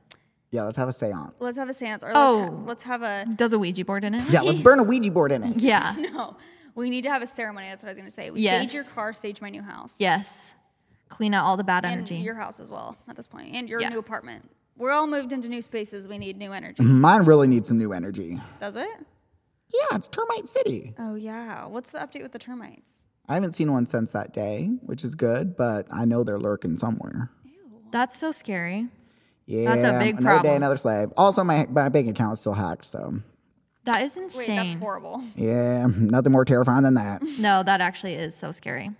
Speaker 1: Yeah, let's have a seance.
Speaker 3: Let's have a seance or let's,
Speaker 4: Oh.
Speaker 3: let's have a [laughs]
Speaker 4: Does a Ouija board in it?
Speaker 1: yeah, let's burn a Ouija board in it.
Speaker 4: Yeah.
Speaker 3: no. We need to have a ceremony. That's what I was going to say. We
Speaker 4: Yes.
Speaker 3: Stage your car, stage my new house.
Speaker 4: Yes. Clean out all the bad
Speaker 3: and
Speaker 4: energy.
Speaker 3: your house as well at this point, and your
Speaker 4: Yeah.
Speaker 3: new apartment. We're all moved into new spaces. We need new energy.
Speaker 1: Mine really needs some new energy.
Speaker 3: Does it?
Speaker 1: Yeah, it's Termite City.
Speaker 3: Oh yeah. What's the update with the termites?
Speaker 1: I haven't seen one since that day, which is good, but I know they're lurking somewhere.
Speaker 4: That's so scary.
Speaker 1: Yeah,
Speaker 4: big
Speaker 1: another day,
Speaker 4: problem.
Speaker 1: another slave. Also, my my bank account's still hacked, so
Speaker 4: That is
Speaker 3: Wait,
Speaker 4: insane.
Speaker 3: that's horrible.
Speaker 1: yeah, nothing more terrifying than
Speaker 4: [laughs]
Speaker 1: that.
Speaker 4: No, that actually is so scary.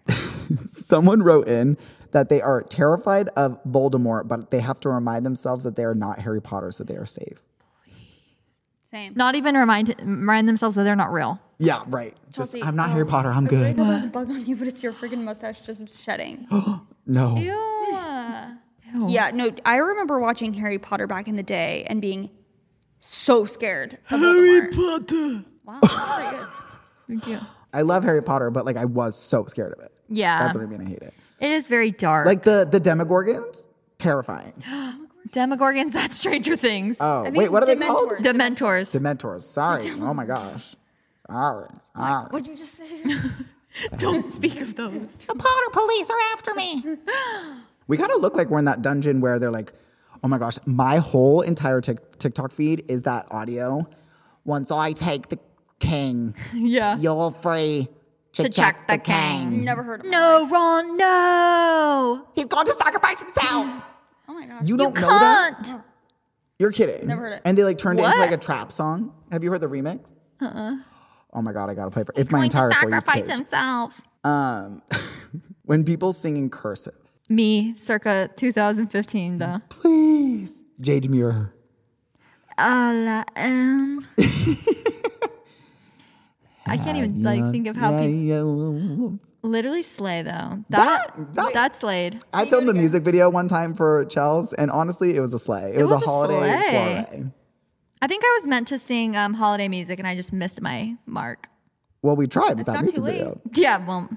Speaker 1: Someone wrote in that they are terrified of Voldemort, but they have to remind themselves that they are not Harry Potter, so they are safe.
Speaker 3: Same.
Speaker 4: Not even remind remind themselves that they're not real.
Speaker 1: Yeah, right. Just,
Speaker 3: Chelsea,
Speaker 1: I'm not
Speaker 4: um,
Speaker 3: oh,
Speaker 1: Harry Potter. I'm
Speaker 3: I really
Speaker 1: good.
Speaker 3: thought there was a bug on you, but it's your freaking mustache just shedding.
Speaker 1: No.
Speaker 3: Yeah, no, I remember watching Harry Potter back in the day and being so scared of Harry Potter. Wow, that's pretty good.
Speaker 1: I love Harry Potter, but like I was so scared of it.
Speaker 4: Yeah,
Speaker 1: That's what I mean. I hate it.
Speaker 4: it is very dark. Like
Speaker 1: Like the the Demogorgons, terrifying.
Speaker 4: Demogorgons, [laughs] that's Stranger Things.
Speaker 1: Oh wait, what are they called?
Speaker 3: Dementors.
Speaker 4: Dementors.
Speaker 1: Dementors. Sorry. Oh my gosh. Sorry. Sorry.
Speaker 3: What'd you just say?
Speaker 4: Don't speak of those.
Speaker 1: The Potter police are after me. we kind of look like we're in that dungeon where they're like, oh my gosh, my whole entire Tik TikTok feed is that audio. Once I take the [laughs] king,
Speaker 4: Yeah.
Speaker 1: you're free to, check, the, king.
Speaker 3: [laughs] Never heard of it.
Speaker 4: No, Ron. No.
Speaker 1: He's going to sacrifice [gasps] himself.
Speaker 3: Oh my gosh.
Speaker 1: You don't know that?
Speaker 4: Can't.
Speaker 1: You're kidding. Never
Speaker 3: heard it.
Speaker 1: And they like turned it into
Speaker 4: What?
Speaker 1: like a trap song. Have you heard the remix? Uh-uh. Oh my god, I gotta play for it's my entire for you
Speaker 4: sacrifice
Speaker 1: page.
Speaker 4: himself.
Speaker 1: Um, when people sing in cursive,
Speaker 4: Me, circa 2015, though.
Speaker 1: please, Jade Muir.
Speaker 4: All I am. I can't even like think of how
Speaker 1: Yeah,
Speaker 4: people
Speaker 1: yeah.
Speaker 4: literally slay though. That
Speaker 1: That-
Speaker 4: that,
Speaker 1: that-
Speaker 4: slayed.
Speaker 1: I filmed a music video one time for Chels, and honestly, it was a sleigh. It, was,
Speaker 4: was
Speaker 1: a
Speaker 4: a
Speaker 1: holiday
Speaker 4: sleigh.
Speaker 1: soiree.
Speaker 4: I think I was meant to sing um, holiday music and I just missed my mark. [laughs]
Speaker 1: Well, we tried with that
Speaker 3: not
Speaker 1: music
Speaker 3: too late.
Speaker 1: video.
Speaker 4: Yeah, well,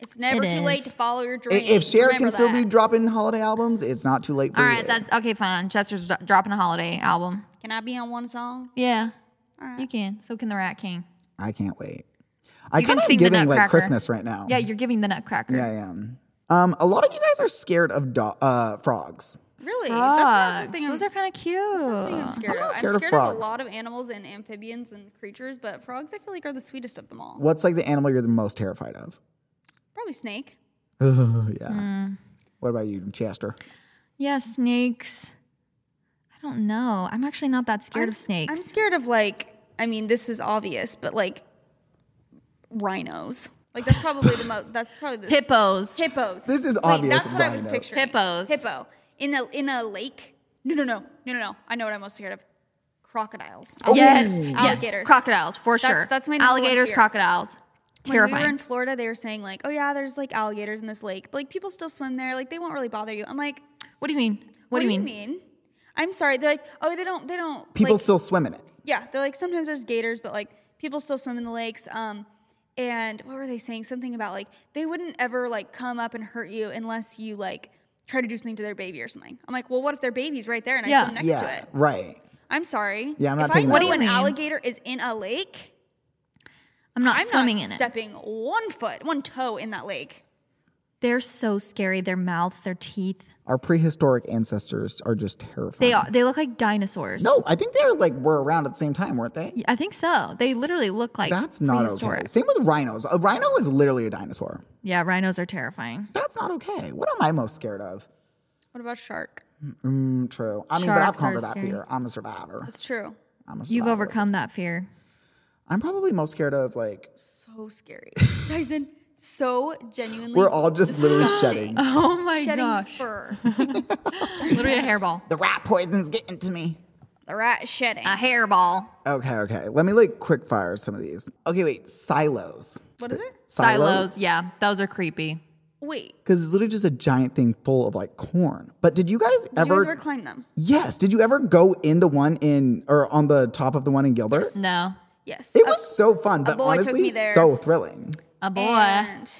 Speaker 3: It's never
Speaker 4: It
Speaker 3: too late to
Speaker 4: is.
Speaker 3: follow your
Speaker 1: I-
Speaker 3: dreams.
Speaker 1: If Cher can
Speaker 3: Remember
Speaker 1: still be
Speaker 3: that.
Speaker 1: dropping holiday albums, it's not too late for
Speaker 4: all
Speaker 1: you.
Speaker 4: right, that okay, fine. Chester's dro- dropping a holiday album.
Speaker 3: Can I be on one song?
Speaker 4: Yeah,
Speaker 3: All right.
Speaker 4: you can. So can the Rat King.
Speaker 1: I can't wait. I
Speaker 4: You can
Speaker 1: kind of
Speaker 4: sing the
Speaker 1: giving like
Speaker 4: Nutcracker.
Speaker 1: Christmas right now.
Speaker 4: Yeah, you're giving the Nutcracker.
Speaker 1: Yeah, I am. Um, a lot of you guys are scared of do- uh, frogs.
Speaker 3: Really? That's not
Speaker 4: Frogs.
Speaker 3: something I'm,
Speaker 4: Those are kind of
Speaker 3: something I'm
Speaker 1: not
Speaker 3: scared
Speaker 4: cute.
Speaker 3: of.
Speaker 1: scared
Speaker 3: I'm
Speaker 1: of
Speaker 3: scared of, a
Speaker 1: frogs.
Speaker 3: lot of animals and amphibians and creatures, but frogs I feel like are the sweetest of them all.
Speaker 1: What's like the animal you're the most terrified of? [laughs]
Speaker 3: Probably snake.
Speaker 1: yeah. What about you, Chester?
Speaker 4: Yeah, snakes. I don't know. I'm actually not that scared of snakes.
Speaker 3: I'm scared of like, I mean, this is obvious, but like rhinos. Like that's probably
Speaker 1: [laughs]
Speaker 3: the most. That's probably the
Speaker 4: Hippos.
Speaker 3: hippos.
Speaker 1: This is
Speaker 3: Wait,
Speaker 1: obvious
Speaker 3: That's what I was
Speaker 1: rhino.
Speaker 3: picturing.
Speaker 4: Hippos.
Speaker 3: Hippo in a in a lake. No, no, no, no, no, no. I know what I'm most scared of. crocodiles.
Speaker 4: Oh, Yes,
Speaker 3: Alligators.
Speaker 4: yes,
Speaker 3: Alligators.
Speaker 4: crocodiles for
Speaker 3: That's-
Speaker 4: sure.
Speaker 3: that's my number one
Speaker 4: alligators,
Speaker 3: fear.
Speaker 4: crocodiles,
Speaker 3: When we were in
Speaker 4: terrifying.
Speaker 3: Florida, they were saying like, "Oh yeah, there's like alligators in this lake, but like people still swim there. Like they won't really bother you." I'm like,
Speaker 4: what do you mean? What,
Speaker 3: "What, do you mean? I'm sorry. They're like, "Oh, they don't. They don't."
Speaker 1: People
Speaker 3: like,
Speaker 1: still swim in it.
Speaker 3: yeah, they're like sometimes there's gators, but like people still swim in the lakes. Um, and what were they saying? Something about like they wouldn't ever like come up and hurt you unless you like try to do something to their baby or something. I'm like, well, what if their baby's right there and I
Speaker 4: Yeah.
Speaker 3: swim next to
Speaker 1: Yeah,
Speaker 3: it?
Speaker 1: right.
Speaker 3: I'm sorry.
Speaker 1: Yeah, I'm not
Speaker 3: if
Speaker 1: taking that one.
Speaker 3: I know an
Speaker 4: What do you mean?
Speaker 3: alligator is in a lake.
Speaker 4: I'm not
Speaker 3: I'm
Speaker 4: swimming
Speaker 3: not
Speaker 4: in it.
Speaker 3: stepping one foot, one toe in that lake.
Speaker 4: They're so scary. Their mouths, their teeth.
Speaker 1: Our prehistoric ancestors are just terrifying.
Speaker 4: They are. They look like dinosaurs.
Speaker 1: No, I think they're like were around at the same time, weren't they?
Speaker 4: I think so. They literally look like
Speaker 1: That's not okay.
Speaker 4: prehistoric.
Speaker 1: Same with rhinos. A rhino is literally a dinosaur.
Speaker 4: Yeah, rhinos are terrifying.
Speaker 1: That's not okay. What am I most scared of?
Speaker 3: What about shark?
Speaker 1: Mm, true. I mean, but I've
Speaker 4: Sharks are
Speaker 1: conquered that
Speaker 4: scary.
Speaker 1: fear. I'm a survivor.
Speaker 3: That's true.
Speaker 1: I'm a survivor.
Speaker 4: You've overcome that
Speaker 3: [laughs]
Speaker 4: fear.
Speaker 1: I'm probably most scared of like [laughs]
Speaker 3: So scary. Tyson, so genuinely.
Speaker 1: we're all just literally
Speaker 3: disgusting.
Speaker 1: shedding.
Speaker 4: Oh my
Speaker 3: Shedding
Speaker 4: gosh!
Speaker 3: fur.
Speaker 4: Literally a hairball.
Speaker 1: The rat poison's getting to me.
Speaker 3: The rat shedding.
Speaker 4: A hairball.
Speaker 1: Okay, okay. Let me like quick fire some of these. Okay, wait. Silos.
Speaker 3: What is it?
Speaker 4: Silos. Yeah, those are creepy.
Speaker 3: Wait.
Speaker 1: Because it's literally just a giant thing full of like corn. But did you guys
Speaker 3: Did
Speaker 1: ever?
Speaker 3: you guys ever climb them?
Speaker 1: yes. Did you ever go in the one in or on the top of the one in Gilbert?
Speaker 4: No,
Speaker 3: Yes.
Speaker 1: It was so fun, but
Speaker 3: boy took
Speaker 1: honestly,
Speaker 3: me there.
Speaker 1: so thrilling.
Speaker 4: a boy.
Speaker 3: Uh, And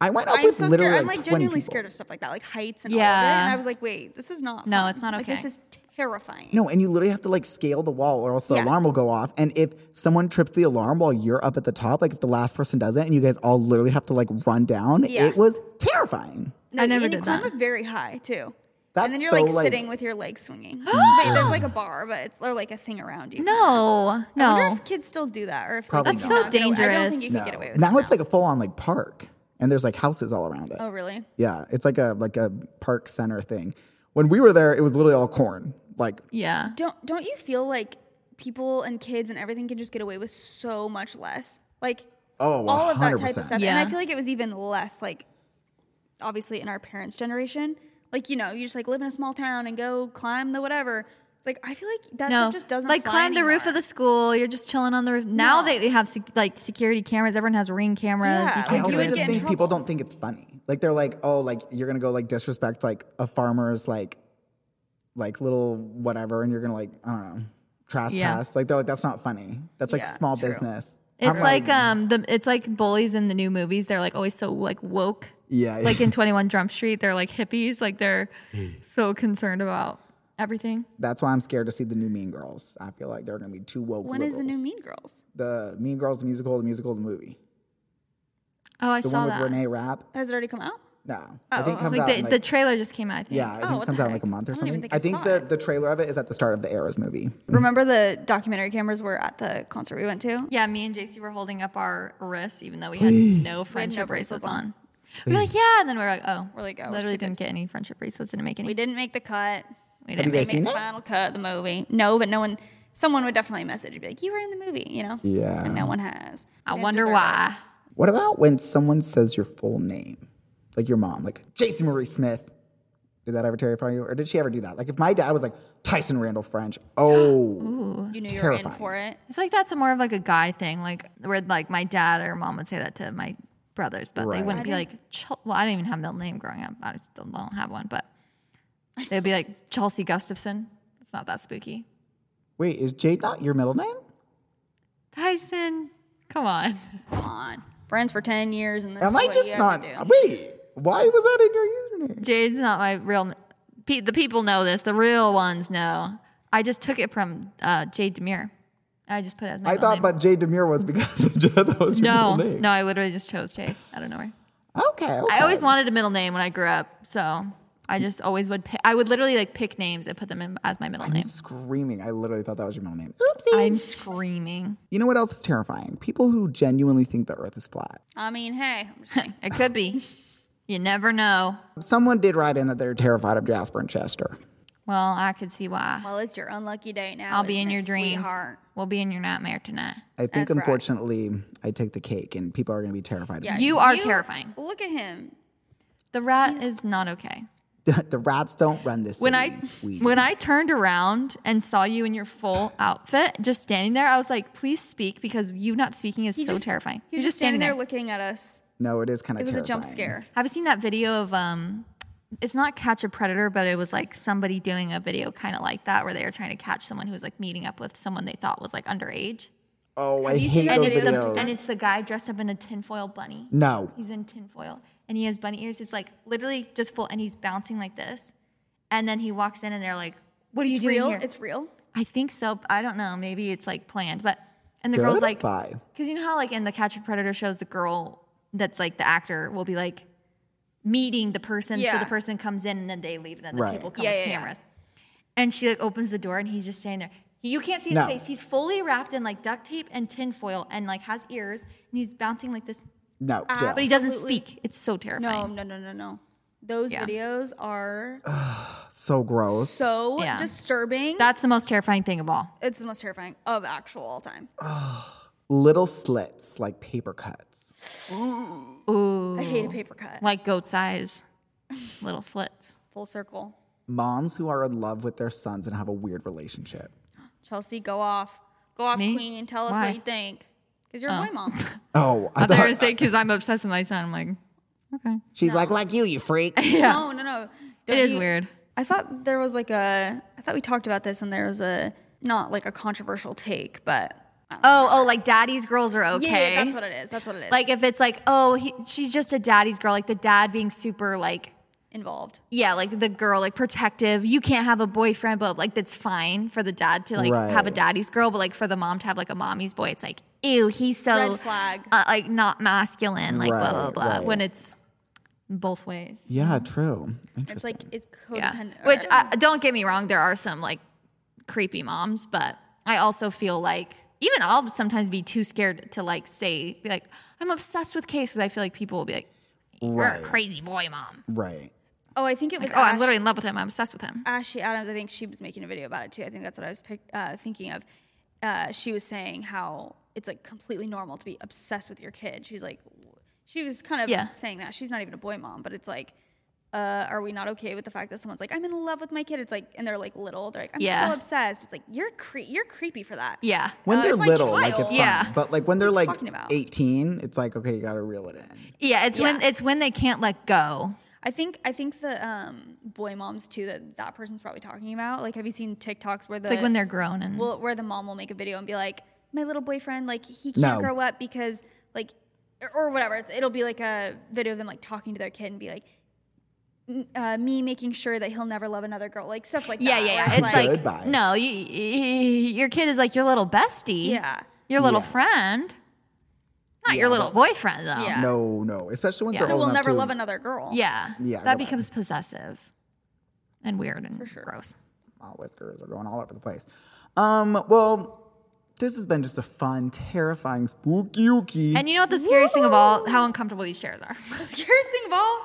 Speaker 1: I went up
Speaker 3: I'm
Speaker 1: with
Speaker 3: so
Speaker 1: literally
Speaker 3: scared. I'm
Speaker 1: like,
Speaker 3: like
Speaker 1: 20
Speaker 3: genuinely
Speaker 1: people.
Speaker 3: scared of stuff like that, like heights and all of it.
Speaker 4: Yeah.
Speaker 3: And I was like, wait, this is not.
Speaker 4: No,
Speaker 3: fun.
Speaker 4: it's not
Speaker 3: Like,
Speaker 4: okay.
Speaker 3: this is terrifying.
Speaker 1: No, and you literally have to like scale the wall or else the
Speaker 3: Yeah.
Speaker 1: alarm will go off. And if someone trips the alarm while you're up at the top, like if the last person does it and you guys all literally have to like run down,
Speaker 3: Yeah.
Speaker 1: it was terrifying.
Speaker 3: No,
Speaker 4: I never
Speaker 3: and you
Speaker 4: did
Speaker 3: climb
Speaker 4: that.
Speaker 3: up very high too.
Speaker 1: That's
Speaker 3: and then you're
Speaker 1: so,
Speaker 3: like,
Speaker 1: like-
Speaker 3: sitting with your legs swinging. Wait, there's like a bar, but it's or like a thing around you.
Speaker 4: No,
Speaker 3: I wonder
Speaker 4: no.
Speaker 3: if kids still do that, or if
Speaker 1: Probably
Speaker 3: like,
Speaker 1: That's
Speaker 3: you
Speaker 1: so
Speaker 3: can get away- I don't think you
Speaker 4: dangerous.
Speaker 3: can get away with
Speaker 1: now
Speaker 3: it
Speaker 1: it's like a full on like park and there's like houses all around it.
Speaker 3: Oh, really?
Speaker 1: Yeah, it's like a like a park center thing. When we were there, it was literally all corn. Like
Speaker 4: Yeah.
Speaker 3: Don't don't you feel like people and kids and everything can just get away with so much less? Like
Speaker 1: Oh,
Speaker 3: all of that type of
Speaker 1: 100%.
Speaker 3: stuff.
Speaker 4: Yeah.
Speaker 3: And I feel like it was even less like obviously in our parents' generation. Like, you know, you just like live in a small town and go climb the whatever. It's like I feel like that
Speaker 4: No,
Speaker 3: stuff just doesn't
Speaker 4: like
Speaker 3: fly
Speaker 4: climb the roof of
Speaker 3: anymore.
Speaker 4: the school. You're just chilling on the roof. Now they have sec- like security cameras. Everyone has ring cameras.
Speaker 3: Yeah,
Speaker 4: You
Speaker 3: like,
Speaker 1: I
Speaker 4: can't
Speaker 1: also
Speaker 4: do
Speaker 3: would
Speaker 4: it.
Speaker 1: just
Speaker 3: get in
Speaker 1: think people
Speaker 3: trouble.
Speaker 1: don't think it's funny. Like they're like, oh, like you're gonna go like disrespect like a farmer's like like little whatever, and you're gonna like I don't know trespass. Like they're like that's not funny. That's like
Speaker 3: Yeah,
Speaker 1: small
Speaker 3: true.
Speaker 1: business.
Speaker 4: It's like um the it's like bullies in the new movies. They're like always so like woke.
Speaker 1: yeah,
Speaker 4: Like in Twenty One Jump Street, they're like hippies. Like they're so concerned about everything.
Speaker 1: that's why I'm scared to see the new Mean Girls. I feel like they're gonna be too woke.
Speaker 3: When is the new
Speaker 1: liberals.
Speaker 3: Mean Girls?
Speaker 1: the Mean Girls the musical, the musical, the movie?
Speaker 4: Oh, I
Speaker 1: The
Speaker 4: saw
Speaker 1: one with
Speaker 4: that.
Speaker 1: Renee Rapp?
Speaker 3: Has it already come out?
Speaker 1: No, I
Speaker 3: Oh,
Speaker 1: think it comes
Speaker 4: like
Speaker 1: out.
Speaker 4: the,
Speaker 1: in, like-
Speaker 4: the trailer just came out. I think.
Speaker 1: yeah, I think it
Speaker 3: what
Speaker 1: comes
Speaker 3: the
Speaker 1: out in like a
Speaker 3: heck?
Speaker 1: month or
Speaker 3: I don't even
Speaker 1: something.
Speaker 3: think
Speaker 1: I
Speaker 3: I
Speaker 1: think
Speaker 3: saw
Speaker 1: the,
Speaker 3: it.
Speaker 1: the trailer of it is at the start of the Eras movie.
Speaker 3: Remember the documentary cameras were at the concert we went to?
Speaker 4: Mm. Yeah, me and JC were holding up our wrists, even though we had no friendship bracelets on. We were like, yeah, and then we were like, oh,
Speaker 3: We're like, oh, we're
Speaker 4: literally didn't get any friendship bracelets. Didn't make any.
Speaker 3: We didn't make the cut.
Speaker 4: We
Speaker 1: Have you
Speaker 4: didn't
Speaker 1: guys
Speaker 4: make.
Speaker 1: seen
Speaker 3: Make the
Speaker 1: that?
Speaker 3: final cut of the movie. No, but no one. Someone would definitely message and be like, "You were in the movie," you know.
Speaker 1: Yeah.
Speaker 3: And no one has.
Speaker 4: I
Speaker 3: They
Speaker 4: wonder
Speaker 3: deserve it.
Speaker 4: why.
Speaker 1: What about when someone says your full name? Like your mom, like Jason Marie Smith. Did that ever terrify you? Or did she ever do that? Like if my dad was like Tyson Randall French, oh,
Speaker 3: You knew you were
Speaker 1: Terrifying.
Speaker 3: in for it.
Speaker 4: I feel like that's more of like a guy thing, like where like my dad or mom would say that to my brothers, but
Speaker 1: Right.
Speaker 4: they
Speaker 1: I
Speaker 4: wouldn't be like. Chel- well, I didn't even have a middle name growing up. I still don't have one, [laughs] but they'd be like Chelsea Gustafson. It's not that spooky.
Speaker 1: wait, is Jade not your middle name?
Speaker 4: Tyson, come on.
Speaker 3: Come on, friends for ten years, and this
Speaker 1: Am
Speaker 3: is
Speaker 1: I
Speaker 3: what
Speaker 1: just
Speaker 3: you
Speaker 1: not?
Speaker 3: have to do.
Speaker 1: Wait, why was that in your username?
Speaker 4: [laughs] Jade's not my real. Pe- the people know this. The real ones know. I just took it from uh, Jade Demure. I just put it as my.
Speaker 1: I
Speaker 4: middle
Speaker 1: thought,
Speaker 4: name.
Speaker 1: but Jade Demure was because [laughs] that was your
Speaker 4: no,
Speaker 1: middle name.
Speaker 4: no. I literally just chose Jade out of nowhere.
Speaker 1: Okay,
Speaker 4: I always
Speaker 1: okay.
Speaker 4: wanted a middle name when I grew up, so I just always would. Pick, I would literally like pick names and put them in as my middle name.
Speaker 1: screaming. I literally thought that was your middle name.
Speaker 4: I'm screaming.
Speaker 1: You know what else is terrifying? People who genuinely think the Earth is flat.
Speaker 3: [laughs] I mean, hey, I'm just kidding.
Speaker 4: It could be. You never know.
Speaker 1: Someone did write in that they're terrified of Jasper and Chester.
Speaker 4: Well, I could see why.
Speaker 3: well, it's your unlucky day now.
Speaker 4: I'll be
Speaker 3: isn't
Speaker 4: in
Speaker 3: it,
Speaker 4: your dreams.
Speaker 3: sweetheart?
Speaker 4: We'll be in your nightmare tonight.
Speaker 1: I think
Speaker 3: That's right.
Speaker 1: unfortunately I take the cake and people are going to be terrified. of
Speaker 3: Yeah,
Speaker 1: me.
Speaker 4: You are terrifying.
Speaker 3: Look at him.
Speaker 4: The rat is not okay.
Speaker 1: [laughs] The, the rats don't run this.
Speaker 4: When I
Speaker 1: city. We do.
Speaker 4: when I turned around and saw you in your full outfit, just standing there, I was like, "Please speak," because you not speaking is
Speaker 3: He's
Speaker 4: so
Speaker 3: just-
Speaker 4: terrifying.
Speaker 3: He's just standing there looking at us.
Speaker 1: no, it is kind of.
Speaker 3: It was a jump scare.
Speaker 4: Have you seen that video of um? It's not catch a predator, but it was like somebody doing a video kind of like that, where they were trying to catch someone who was like meeting up with someone they thought was like underage.
Speaker 1: Oh, I
Speaker 3: you
Speaker 1: hate
Speaker 3: seen that
Speaker 1: those
Speaker 4: and, it's the,
Speaker 1: videos.
Speaker 4: and it's the guy dressed up in a tinfoil bunny.
Speaker 1: no,
Speaker 4: He's in tinfoil and he has bunny ears. It's like literally just full and he's bouncing like this. And then he walks in and they're like, What are you
Speaker 3: It's
Speaker 4: doing
Speaker 3: real.
Speaker 4: here?
Speaker 3: It's real.
Speaker 4: I think so. I don't know. Maybe it's like planned, but and the girl's like, because
Speaker 1: Goodbye.
Speaker 4: you know how like in the Catch a Predator shows, the girl that's like the actor will be like meeting the person, so
Speaker 3: Yeah.
Speaker 4: the person comes in and then they leave, and then the
Speaker 1: Right.
Speaker 4: people come
Speaker 3: Yeah,
Speaker 4: with
Speaker 3: yeah, yeah.
Speaker 4: cameras. And she like opens the door, and he's just standing there. You can't see his
Speaker 1: No.
Speaker 4: face. He's fully wrapped in like duct tape and tinfoil, and like has ears, and he's bouncing like this,
Speaker 1: no,
Speaker 3: Ah,
Speaker 4: but he
Speaker 1: yeah.
Speaker 4: doesn't speak. It's so terrifying.
Speaker 3: No, no, no, no, no. Those videos are
Speaker 1: so gross.
Speaker 3: so
Speaker 4: Yeah.
Speaker 3: disturbing.
Speaker 4: That's the most terrifying thing of all.
Speaker 3: it's the most terrifying of actual all time.
Speaker 1: Little slits like paper cuts.
Speaker 4: Ooh,
Speaker 3: I hate a paper cut.
Speaker 4: [laughs] like goat size,
Speaker 1: [laughs]
Speaker 4: little slits.
Speaker 3: Full circle.
Speaker 1: Moms who are in love with their sons and have a weird relationship.
Speaker 3: Chelsea, go off. Go off,
Speaker 4: Me?
Speaker 3: queen. Tell us
Speaker 4: Why?
Speaker 3: what you think. Because you're my
Speaker 4: [laughs]
Speaker 3: mom.
Speaker 1: Oh, I
Speaker 4: They're
Speaker 1: thought
Speaker 4: gonna say because I'm obsessed with my son. I'm like, okay,
Speaker 1: she's like like you, you
Speaker 3: [laughs]
Speaker 1: freak.
Speaker 3: No, no, no.
Speaker 4: it is weird.
Speaker 3: I thought there was like a. I thought we talked about this and there was a. Not like a controversial take, but.
Speaker 4: Oh, oh, like daddy's girls are
Speaker 3: Yeah,
Speaker 4: okay.
Speaker 3: Yeah, that's what it is. That's what it is.
Speaker 4: like if it's like, oh, he, she's just a daddy's girl, like the dad being super like,
Speaker 3: involved.
Speaker 4: yeah, like the girl like protective. You can't have a boyfriend, but like that's fine for the dad to like have a
Speaker 1: Right.
Speaker 4: daddy's girl, but like for the mom to have like a mommy's boy, it's like, ew, he's so
Speaker 3: Red flag.
Speaker 4: uh, like not masculine, like blah blah
Speaker 1: Right,
Speaker 4: blah.
Speaker 1: right.
Speaker 4: When it's both ways.
Speaker 1: Yeah, true.
Speaker 3: It's
Speaker 1: Interesting.
Speaker 3: like it's
Speaker 4: Yeah.
Speaker 3: codependent. or-
Speaker 4: Which uh, don't get me wrong, there are some like creepy moms, but I also feel like even I'll sometimes be too scared to like say be like I'm obsessed with cases. I feel like people will be like, "You're a
Speaker 1: Right.
Speaker 4: crazy boy, mom."
Speaker 1: right.
Speaker 3: oh, I think it was.
Speaker 4: Oh, I'm
Speaker 3: Ash-
Speaker 4: literally in love with him. I'm obsessed with him.
Speaker 3: Ashley Adams, I think she was making a video about it too. I think that's what I was pic- uh, thinking of. Uh, she was saying how it's like completely normal to be obsessed with your kid. She's like, w- she was kind of
Speaker 4: Yeah.
Speaker 3: saying that she's not even a boy mom, but it's like, uh, are we not okay with the fact that someone's like, I'm in love with my kid? It's like, and they're like little. They're like, I'm
Speaker 4: Yeah.
Speaker 3: so obsessed. It's like you're cre- you're creepy for that.
Speaker 4: Yeah.
Speaker 1: When
Speaker 3: Uh,
Speaker 1: they're
Speaker 3: it's my
Speaker 1: little, like it's
Speaker 3: child.
Speaker 1: fine.
Speaker 4: Yeah.
Speaker 1: But like when they're like
Speaker 3: talking about?
Speaker 1: 18, it's like okay, you gotta reel it in.
Speaker 4: Yeah, it's when
Speaker 3: Yeah.
Speaker 4: it's when they can't let go.
Speaker 3: I think I think the um, boy moms too that that person's probably talking about. Like, have you seen TikToks where the
Speaker 4: It's like when they're grown and
Speaker 3: well, where the mom will make a video and be like, "My little boyfriend, like he
Speaker 1: No.
Speaker 3: can't grow up because like, or- or whatever." It's, it'll be like a video of them like talking to their kid and be like, "N- uh, "Me making sure that he'll never love another girl," like stuff like
Speaker 4: yeah,
Speaker 3: that.
Speaker 4: yeah, yeah.
Speaker 3: where
Speaker 4: It's like
Speaker 1: Goodbye.
Speaker 4: no, you, you, your kid is like your little bestie.
Speaker 3: yeah,
Speaker 4: Your little
Speaker 1: Yeah.
Speaker 4: friend. Not your little boyfriend though.
Speaker 3: Yeah.
Speaker 1: No, no. Especially once
Speaker 4: Yeah.
Speaker 1: they're
Speaker 3: who
Speaker 1: old
Speaker 3: will
Speaker 1: enough
Speaker 3: never
Speaker 1: to-
Speaker 3: love another girl.
Speaker 4: Yeah.
Speaker 1: Yeah,
Speaker 4: That
Speaker 1: goodbye.
Speaker 4: becomes possessive and weird and
Speaker 3: sure.
Speaker 4: gross.
Speaker 1: my whiskers are going all over the place. Um, well, this has been just a fun, terrifying, spooky ooky.
Speaker 4: And you know what the scariest thing of all? How uncomfortable these chairs are. [laughs]
Speaker 3: The [laughs] scariest thing of all,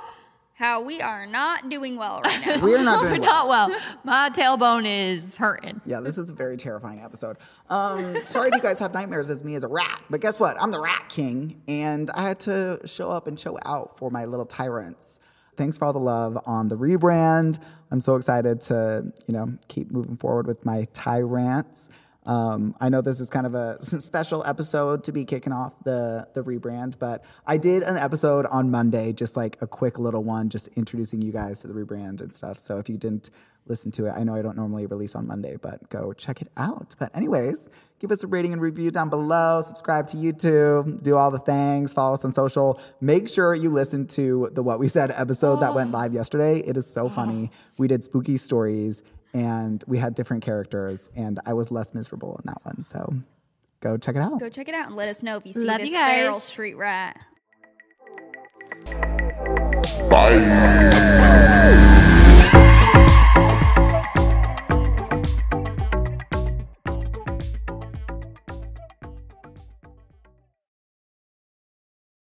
Speaker 3: how we are not doing well right
Speaker 4: [laughs]
Speaker 3: now.
Speaker 1: We're
Speaker 3: [laughs]
Speaker 1: not doing well.
Speaker 4: Not well. My tailbone is hurting.
Speaker 1: Yeah, this is a very terrifying episode. Um, sorry if you guys have nightmares as me as a rat, but guess what? I'm the rat king, and I had to show up and show out for my little tyrants. Thanks for all the love on the rebrand. I'm so excited to, you know, keep moving forward with my tyrants. Um, I know this is kind of a [laughs] special episode to be kicking off the the rebrand, but I did an episode on Monday, just like a quick little one, just introducing you guys to the rebrand and stuff. So if you didn't listen to it, I know I don't normally release on Monday, but go check it out. But anyways, give us a rating and review down below. Subscribe to YouTube, do all the things, follow us on social. Make sure you listen to the What We Said episode that went live yesterday. It is so funny. We did spooky stories and we had different characters, and I was less miserable in that one. So go check it out.
Speaker 3: Go check it out and let us know if you see
Speaker 4: Love
Speaker 3: this
Speaker 4: you guys.
Speaker 3: feral street rat.
Speaker 7: Bye.